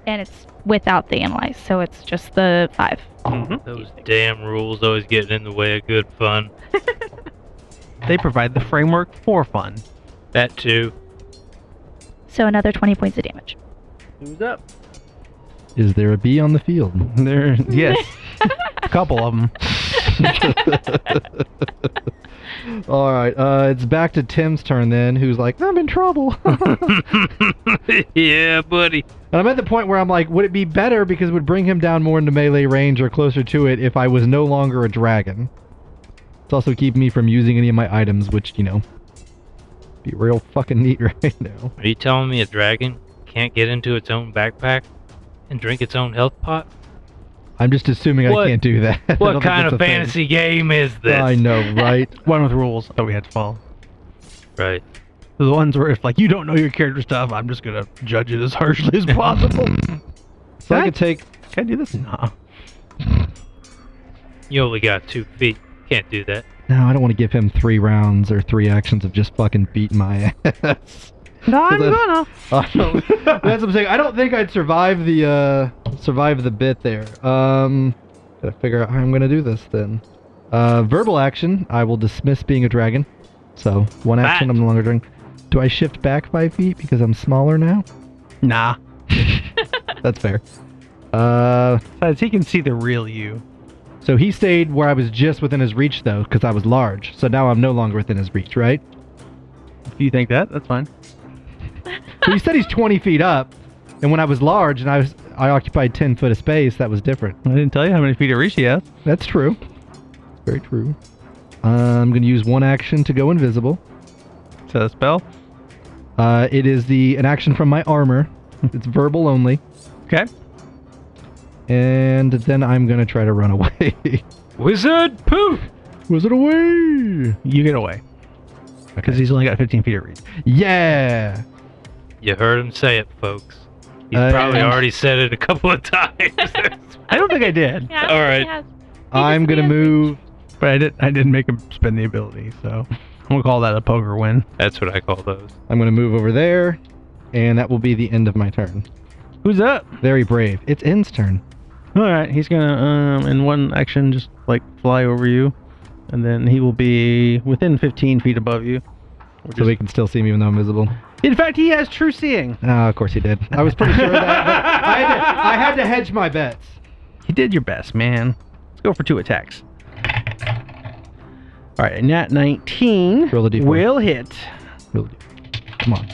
and it's without the analyze, so it's just the five.
Mhm.
Those damn rules always getting in the way of good fun.
They provide the framework for fun.
That too.
So another twenty points of damage.
Who's up?
Is there a bee on the field?
There, yes, a couple of them.
All right, uh, it's back to Tim's turn then, who's like, I'm in trouble. and
yeah, buddy.
I'm at the point where I'm like, would it be better because it would bring him down more into melee range or closer to it if I was no longer a dragon? It's also keeping me from using any of my items, which, you know, be real fucking neat right now.
Are you telling me a dragon can't get into its own backpack and drink its own health pot?
I'm just assuming
What-
I can't do that. I don't
What
think
kind
it's
of
a thing.
fantasy game is this?
I know, right?
One with rules that we had to follow.
Right.
The ones where if like you don't know your character stuff, I'm just gonna judge it as harshly as possible. Can
So I
I-
could take.
I do this? No.
You only got two feet. Can't do that.
No, I don't want to give him three rounds or three actions of just fucking beating my ass.
No, I'm
that-
gonna.
I don't- that's what I'm saying. I don't think I'd survive the uh, survive the bit there. Um, gotta figure out how I'm gonna do this then. Uh, verbal action. I will dismiss being a dragon. So one action.
Back.
I'm no longer doing. Do I shift back five feet because I'm smaller now?
Nah.
That's fair. Uh,
Besides, he can see the real you.
so he stayed where I was just within his reach though, because I was large. So now I'm no longer within his reach, right?
If you think that, that's fine.
But he said he's 20 feet up, and when I was large and I was I occupied 10 foot of space, that was different.
I didn't tell you how many feet of reach he has.
That's true. Very true. I'm going to use one action to go invisible.
So the spell.
Uh, it is the an action from my armor. It's verbal only,
Okay.
and then I'm going to try to run away.
Wizard poof.
Was it away?
You get away. Because he's only got 15 feet of reach.
Yeah.
You heard him say it, folks. He's
Uh,
probably
and-
already said it a couple of times.
I don't think I did,
Yeah,
All
he
right.
has-
I'm
just
going to
can't reach.
move.
but I did. I didn't make him spend the ability, so I'm gonna call that a poker win.
That's what I call those.
I'm going to move over there, and that will be the end of my turn.
Who's up?
Very brave. It's N's turn.
All right, he's gonna um in one action just like fly over you, and then he will be within 15 feet above you.
So he can still see me even though I'm visible.
In fact, he has true seeing.
Ah, of course he did. I was pretty sure of that. But I, had to, I had to hedge my bets.
You did your best, man. Let's go for two attacks. All right, and that 19
Roll a d4.
will hit,
Really. Come on.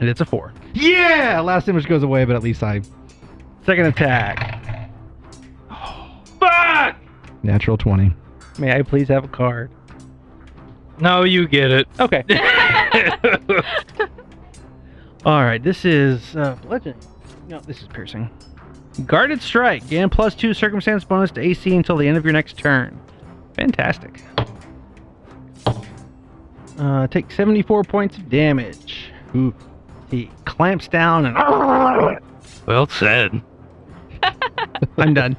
and it's a four.
Yeah! Last image goes away, but at least I
Second attack.
Fuck!
natural twenty.
May I please have a card?
No, you get it.
Okay. All right, this is uh, legend. No, this is piercing. Guarded strike. Gain plus two circumstance bonus to AC until the end of your next turn. Fantastic. Uh, take 74 points of damage. Ooh. He clamps down and ah,
well said.
I'm done.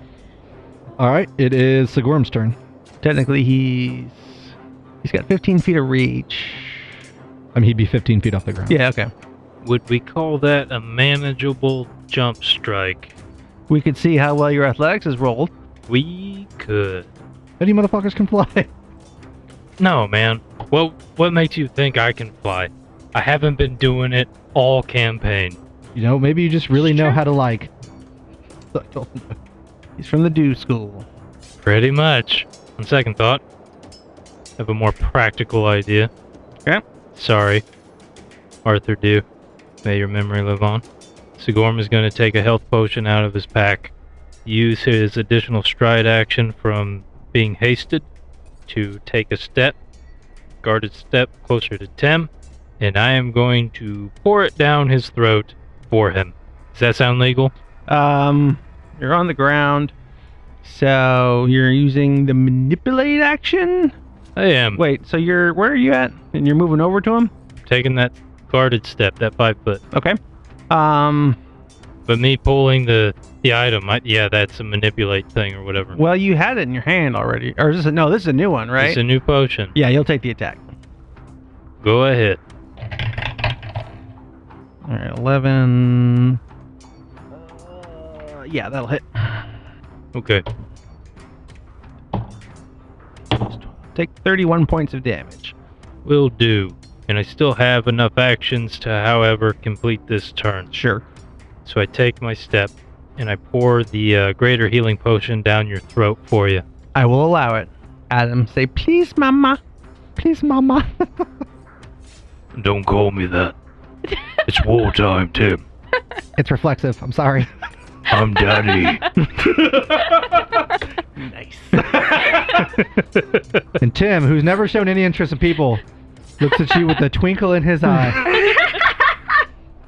All right, it is Sigorm's turn.
Technically, he's he's got 15 feet of reach.
I mean, he'd be 15 feet off the ground.
Yeah. Okay.
Would we call that a manageable jump strike?
We could see how well your athletics is rolled.
We could.
Any motherfuckers can fly.
No, man. Well, what makes you think I can fly? I haven't been doing it all campaign.
You know, maybe you just really know how to like. I don't know.
He's from the Do School.
Pretty much. On second thought, I have a more practical idea.
Okay.
Sorry, Arthur Dew. May your memory live on. Sigorm is going to take a health potion out of his pack, use his additional stride action from being hasted to take a step, guarded step closer to Tim, and I am going to pour it down his throat for him. Does that sound legal?
Um, you're on the ground, so you're using the manipulate action.
I am
Wait, so you're where are you at? And you're moving over to him.
taking that guarded step, that five foot.
Okay. Um,
But me pulling the the item, I, yeah, that's a manipulate thing or whatever.
well, you had it in your hand already, or is this a, no? This is a new one, right?
It's a new potion.
yeah, you'll take the attack.
Go ahead.
All right, eleven. Uh, yeah, that'll hit.
Okay.
Take thirty-one points of damage.
Will do. And I still have enough actions to, however, complete this turn.
Sure.
So I take my step and I pour the uh, greater healing potion down your throat for you.
I will allow it. Adam, say please, Mama. Please, Mama.
Don't call me that. It's wartime, Tim.
It's reflexive. I'm sorry.
I'm Daddy.
nice.
And Tim, who's never shown any interest in people, looks at you with a twinkle in his eye.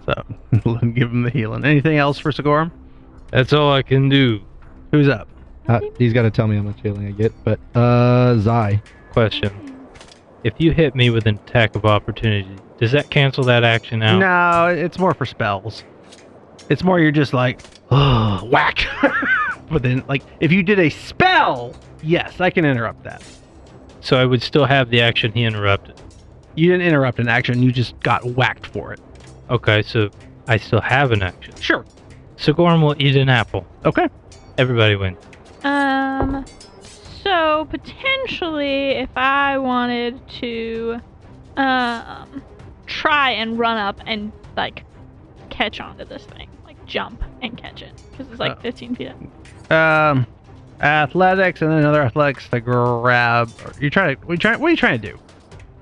So, let him give him the healing. Anything else for Sigorum?
That's all I can do.
Who's up?
Uh, he's got to tell me how much healing I get, but uh, Zai.
Question. If you hit me with an attack of opportunity, does that cancel that action out?
No, it's more for spells. It's more you're just like, oh, whack. but then, like, if you did a spell, yes, I can interrupt that.
So I would still have the action he interrupted.
You didn't interrupt an action, you just got whacked for it.
Okay, so I still have an action.
Sure.
Sigorm will eat an apple.
Okay.
Everybody wins.
Um, so potentially, if I wanted to, um, try and run up and like catch onto this thing, like jump and catch it, because it's like
Uh.
15 feet. up.
Um, athletics and then another athletics to grab. You're trying to. What are you trying, what are you trying to do?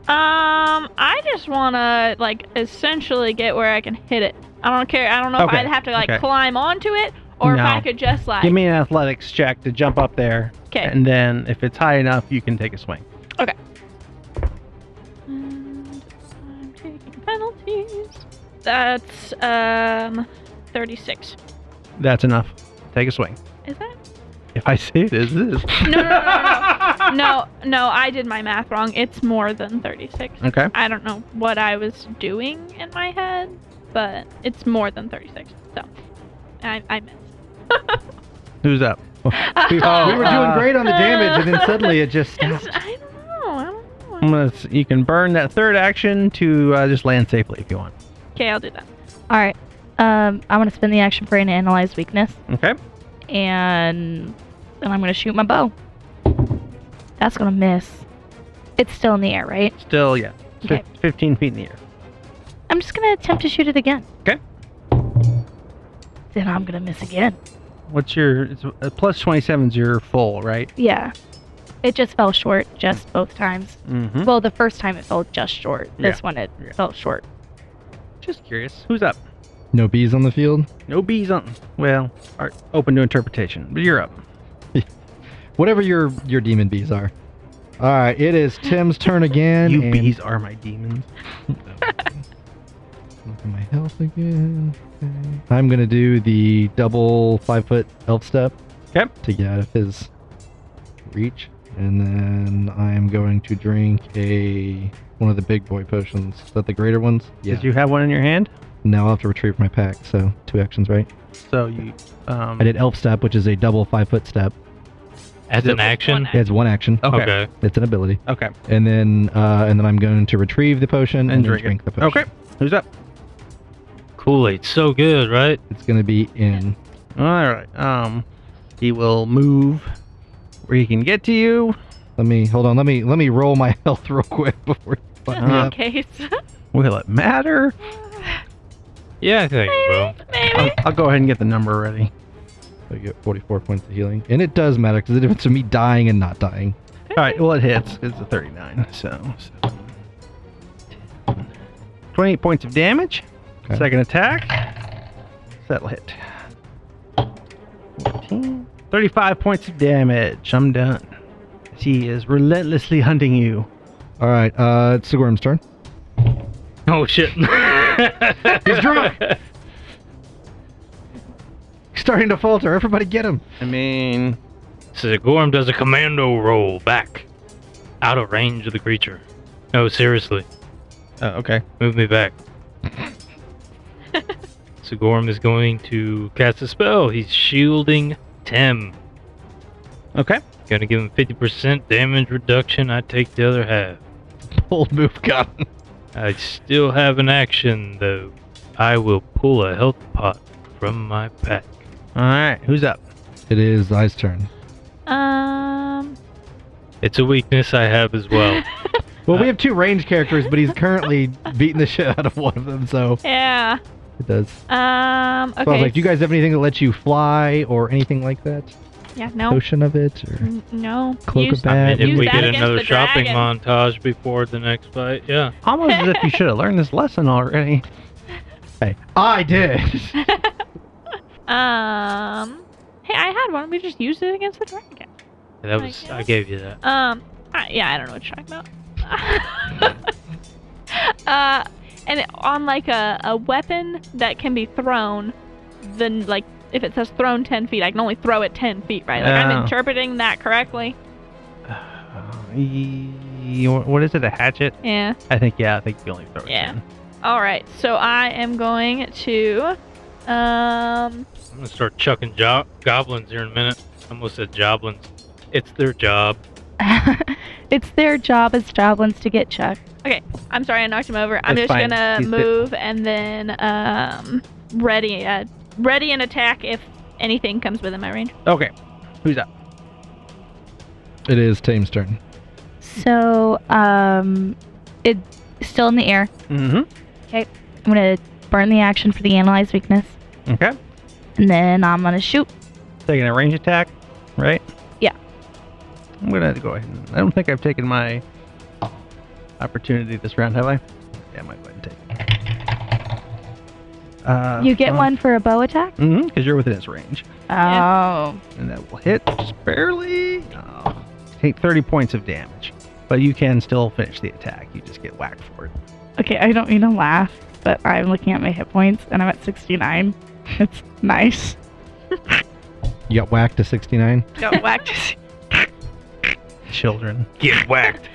Um, I just wanna like essentially get where I can hit it. I don't care. I don't know
Okay,
if I'd have to like
okay.
climb onto it or if I
No.
could just like.
Give me an athletics check to jump up there,
okay.
and then if it's high enough, you can take a swing.
And I'm taking penalties. That's um 36.
That's enough. Take a swing.
Is that?
If I say it is, it is.
No, no, no, no, no. No, no, I did my math wrong. It's more than 36.
Okay.
I don't know what I was doing in my head, but it's more than 36. So I, I missed.
Who's up?
we were doing
Uh,
great on the damage, and then suddenly it just
It's-
stopped.
I don't know. I don't know.
I'm gonna, s- you can burn that third action to uh, just land safely if you want.
Okay, I'll do that.
All right. Um, I'm gonna spend the action for an analyze weakness,
Okay.
and then I'm gonna shoot my bow. That's gonna miss. It's still in the air, right?
Still, yeah. Fif-
Okay.
15 feet in the air.
I'm just gonna attempt to shoot it again.
'Kay.
Then I'm gonna miss again.
What's your. It's, uh, plus 27 is your full, right?
Yeah. It just fell short, just both times.
Mm
Mm-hmm.
hmm.
Well, the first time it fell just short. This
Yeah.
one it
Yeah.
fell short.
Just curious. Who's up?
No bees on the field.
No bees on. Well, are open to interpretation, but you're up.
Whatever your your demon bees are. All right, it is Tim's turn again.
you
and-
bees are my demons.
Look at my health again. Okay. I'm gonna do the double five foot elf step.
Okay.
To get out of his reach, and then I'm going to drink a one of the big boy potions. Is that the greater ones?
Did you have one in your hand?
Now I'll have to retrieve my pack. So two actions, right?
So you. Um,
I did elf step, which is a double five foot step.
As
It
an
was
action?
one
It's one action.
Okay. Okay.
okay.
It's an ability. And then uh, and then I'm going to retrieve the potion and,
And
then
drink it.
drink the potion.
Okay. Who's up?
Kool Aid's so good, right?
It's gonna be in.
All right. Um, he will move where he can get to you.
Let me hold on. Let me let me roll my health real quick before. you fuck me
Uh,
up.
Just in case.
Will it matter?
Yeah, I think it will.
Maybe.
I'll, I'll go ahead and get the number ready.
I get 44 points of healing. And it does matter because the difference between me dying and not dying.
All right. Well, it hits. It's a 39. So, so. 28 points of damage.
Okay.
Second attack. That'll hit. 14. 35 points of damage. I'm done. She is relentlessly hunting you.
All right, uh, it's Sigurum's turn.
Oh, shit. He's
drunk. He's starting to falter. Everybody get him.
I mean,
Sigorm does a commando roll back. Out of range of the creature. No, seriously.
oh, okay.
Move me back. Sigorm is going to cast a spell. He's shielding Tim.
Okay.
Gonna give him 50% damage reduction. I take the other half.
Bold move, gun.
I still have an action, though. I will pull a health pot from my pack.
All right. Who's up?
It is Zai's turn.
Um.
It's a weakness I have as well.
Well,
Uh,
we have two range characters, but he's currently beating the shit out of one of them, so
Yeah.
it does.
Um. Okay.
So I was like, do you guys have anything that lets you fly or anything like that?
Yeah, no.
Potion of it or
N- No.
cloak
Use-
of bad?
mean,
if
use
we
that
get
against
another
the
shopping
dragon.
montage before the next fight, yeah.
Almost as if you should have learned this lesson already.
Hey, I did.
Um. Hey, I had one. We just used it against the dragon.
That
I
was I
guess.
gave you that.
Um. I, yeah, I don't know what you're talking about. uh, and it- on like a, a weapon that can be thrown, then like if it says thrown ten feet, I can only throw it ten feet, right? Like
Oh.
I'm interpreting that correctly.
Uh, y- what is it? A hatchet?
Yeah.
I think yeah. I think you only throw it.
Yeah.
in.
All right. So I am going to. Um.
I'm gonna start chucking jo- goblins here in a minute. I almost said joblins. It's their job.
it's their job as javelins to get Chuck.
I'm sorry, I knocked him over. I'm
It's
just
fine.
gonna
He's bit-
move and then um ready uh, ready an attack if anything comes within my range.
Okay. Who's up?
it is Tame's turn.
So, um, it's still in the air.
Mm-hmm.
I'm gonna burn the action for the analyze weakness,
Okay.
and then I'm gonna shoot.
Taking a range attack, right?
Yeah.
I'm gonna go ahead. And, I don't think I've taken my opportunity this round, have I? Yeah, I might go ahead and take. it. Uh,
you get one for a bow attack.
Mm-hmm. Because you're within its range,
Oh,
and that will hit just barely. Oh. Take 30 points of damage, but you can still finish the attack. You just get whacked for it.
okay. I don't mean to laugh, but I'm looking at my hit points, and I'm at 69. It's nice.
You got whacked to 69.
Got whacked.
Children,
Get whacked.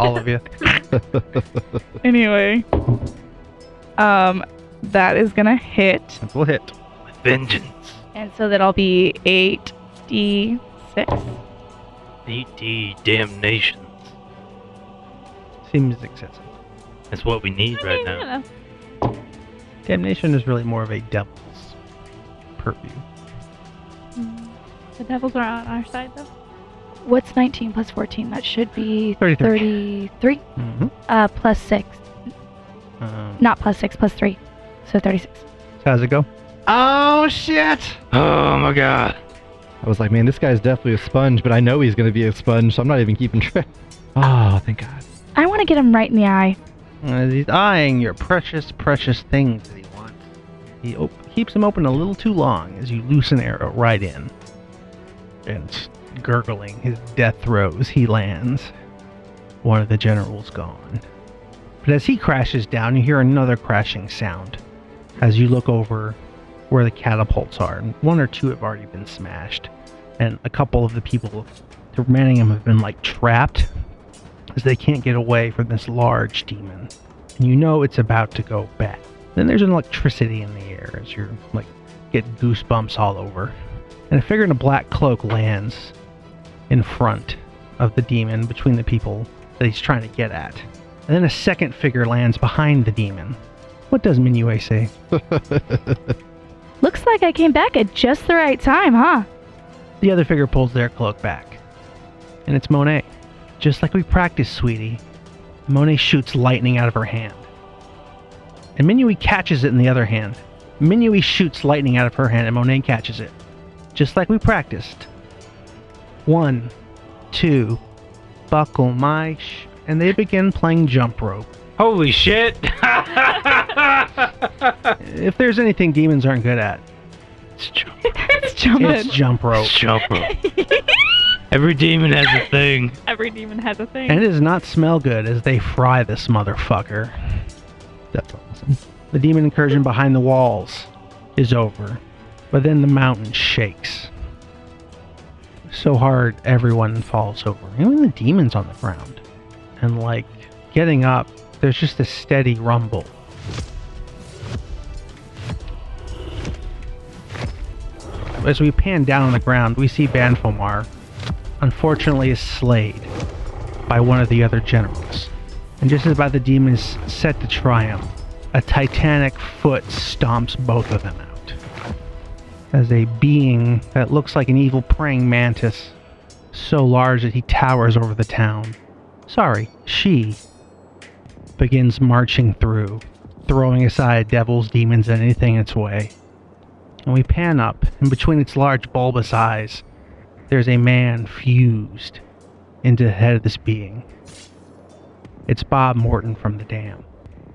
all of you.
Anyway, um, that is gonna hit,
That will hit.
With vengeance.
and so that'll be eight d six.
DD damnations.
Seems excessive.
That's what we need right
I
now.
don't know.
Damnation is really more of a devil's purview.
Mm, The devils are on our side though.
What's 19 plus 14? That should be
33.
33.
Mm-hmm.
Uh, plus six.
Um,
Not plus six, plus three. So 36.
so how's it go?
Oh shit!
Oh my god.
I was like, man, this guy's definitely a sponge, but I know he's gonna be a sponge, so I'm not even keeping track. Oh, thank God.
I want to get him right in the eye.
As Uh, he's eyeing your precious, precious things that he wants, he op- keeps them open a little too long as you loose an arrow right in. And s- gurgling his death throes, he lands. One of the generals gone. But as he crashes down, you hear another crashing sound as you look over where the catapults are. And one or two have already been smashed, and a couple of the people demanding him have been like trapped as they can't get away from this large demon. And you know it's about to go bad. Then there's an electricity in the air as you're like get goosebumps all over. And a figure in a black cloak lands in front of the demon between the people that he's trying to get at. And then a second figure lands behind the demon. What does Minue say?
Looks like I came back at just the right time, huh?
The other figure pulls their cloak back. And it's Monet. Just like we practiced, sweetie. Monet shoots lightning out of her hand. And Minui catches it in the other hand. Minui shoots lightning out of her hand and Monet catches it. Just like we practiced. One, two, buckle my sh. And they begin playing jump rope.
Holy shit.
If there's anything demons aren't good at,
it's jump,
it's jumping.
it's jump rope.
it's jump rope. Every demon has a thing.
Every demon has a thing.
And it does not smell good as they fry this motherfucker.
That's awesome.
The demon incursion behind the walls is over, but then the mountain shakes. So hard, everyone falls over. Even the demon's on the ground. And, like, getting up, there's just a steady rumble. As we pan down on the ground, we see Banfomar, unfortunately, is slayed by one of the other generals. And just as about the demon is set to triumph, a titanic foot stomps both of them out. As a being that looks like an evil praying mantis, so large that he towers over the town. Sorry, she begins marching through, throwing aside devils, demons, and anything in its way. And we pan up, and between its large bulbous eyes, there's a man fused into the head of this being. It's Bob Morton from the dam,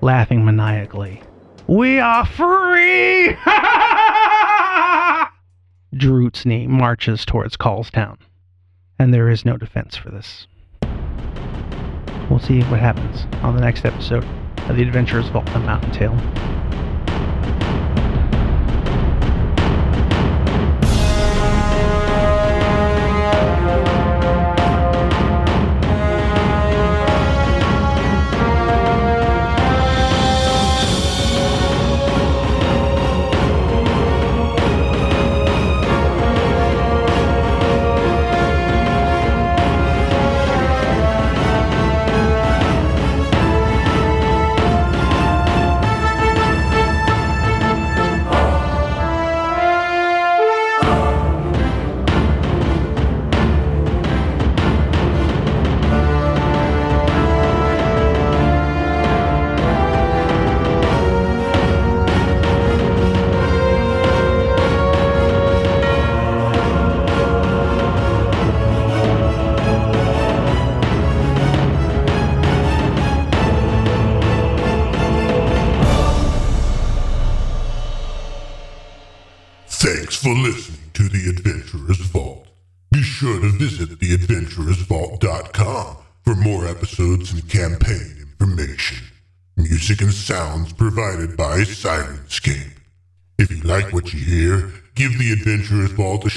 laughing maniacally. We are free! Drootsney marches towards Callstown, and there is no defense for this. We'll see what happens on the next episode of The Adventures of Ultimate Mountain Tale.
Thanks for listening to The Adventurer's Vault. Be sure to visit theadventurer'svault.com for more episodes and campaign information. Music and sounds provided by Sirenscape. If you like what you hear, give The Adventurer's Vault a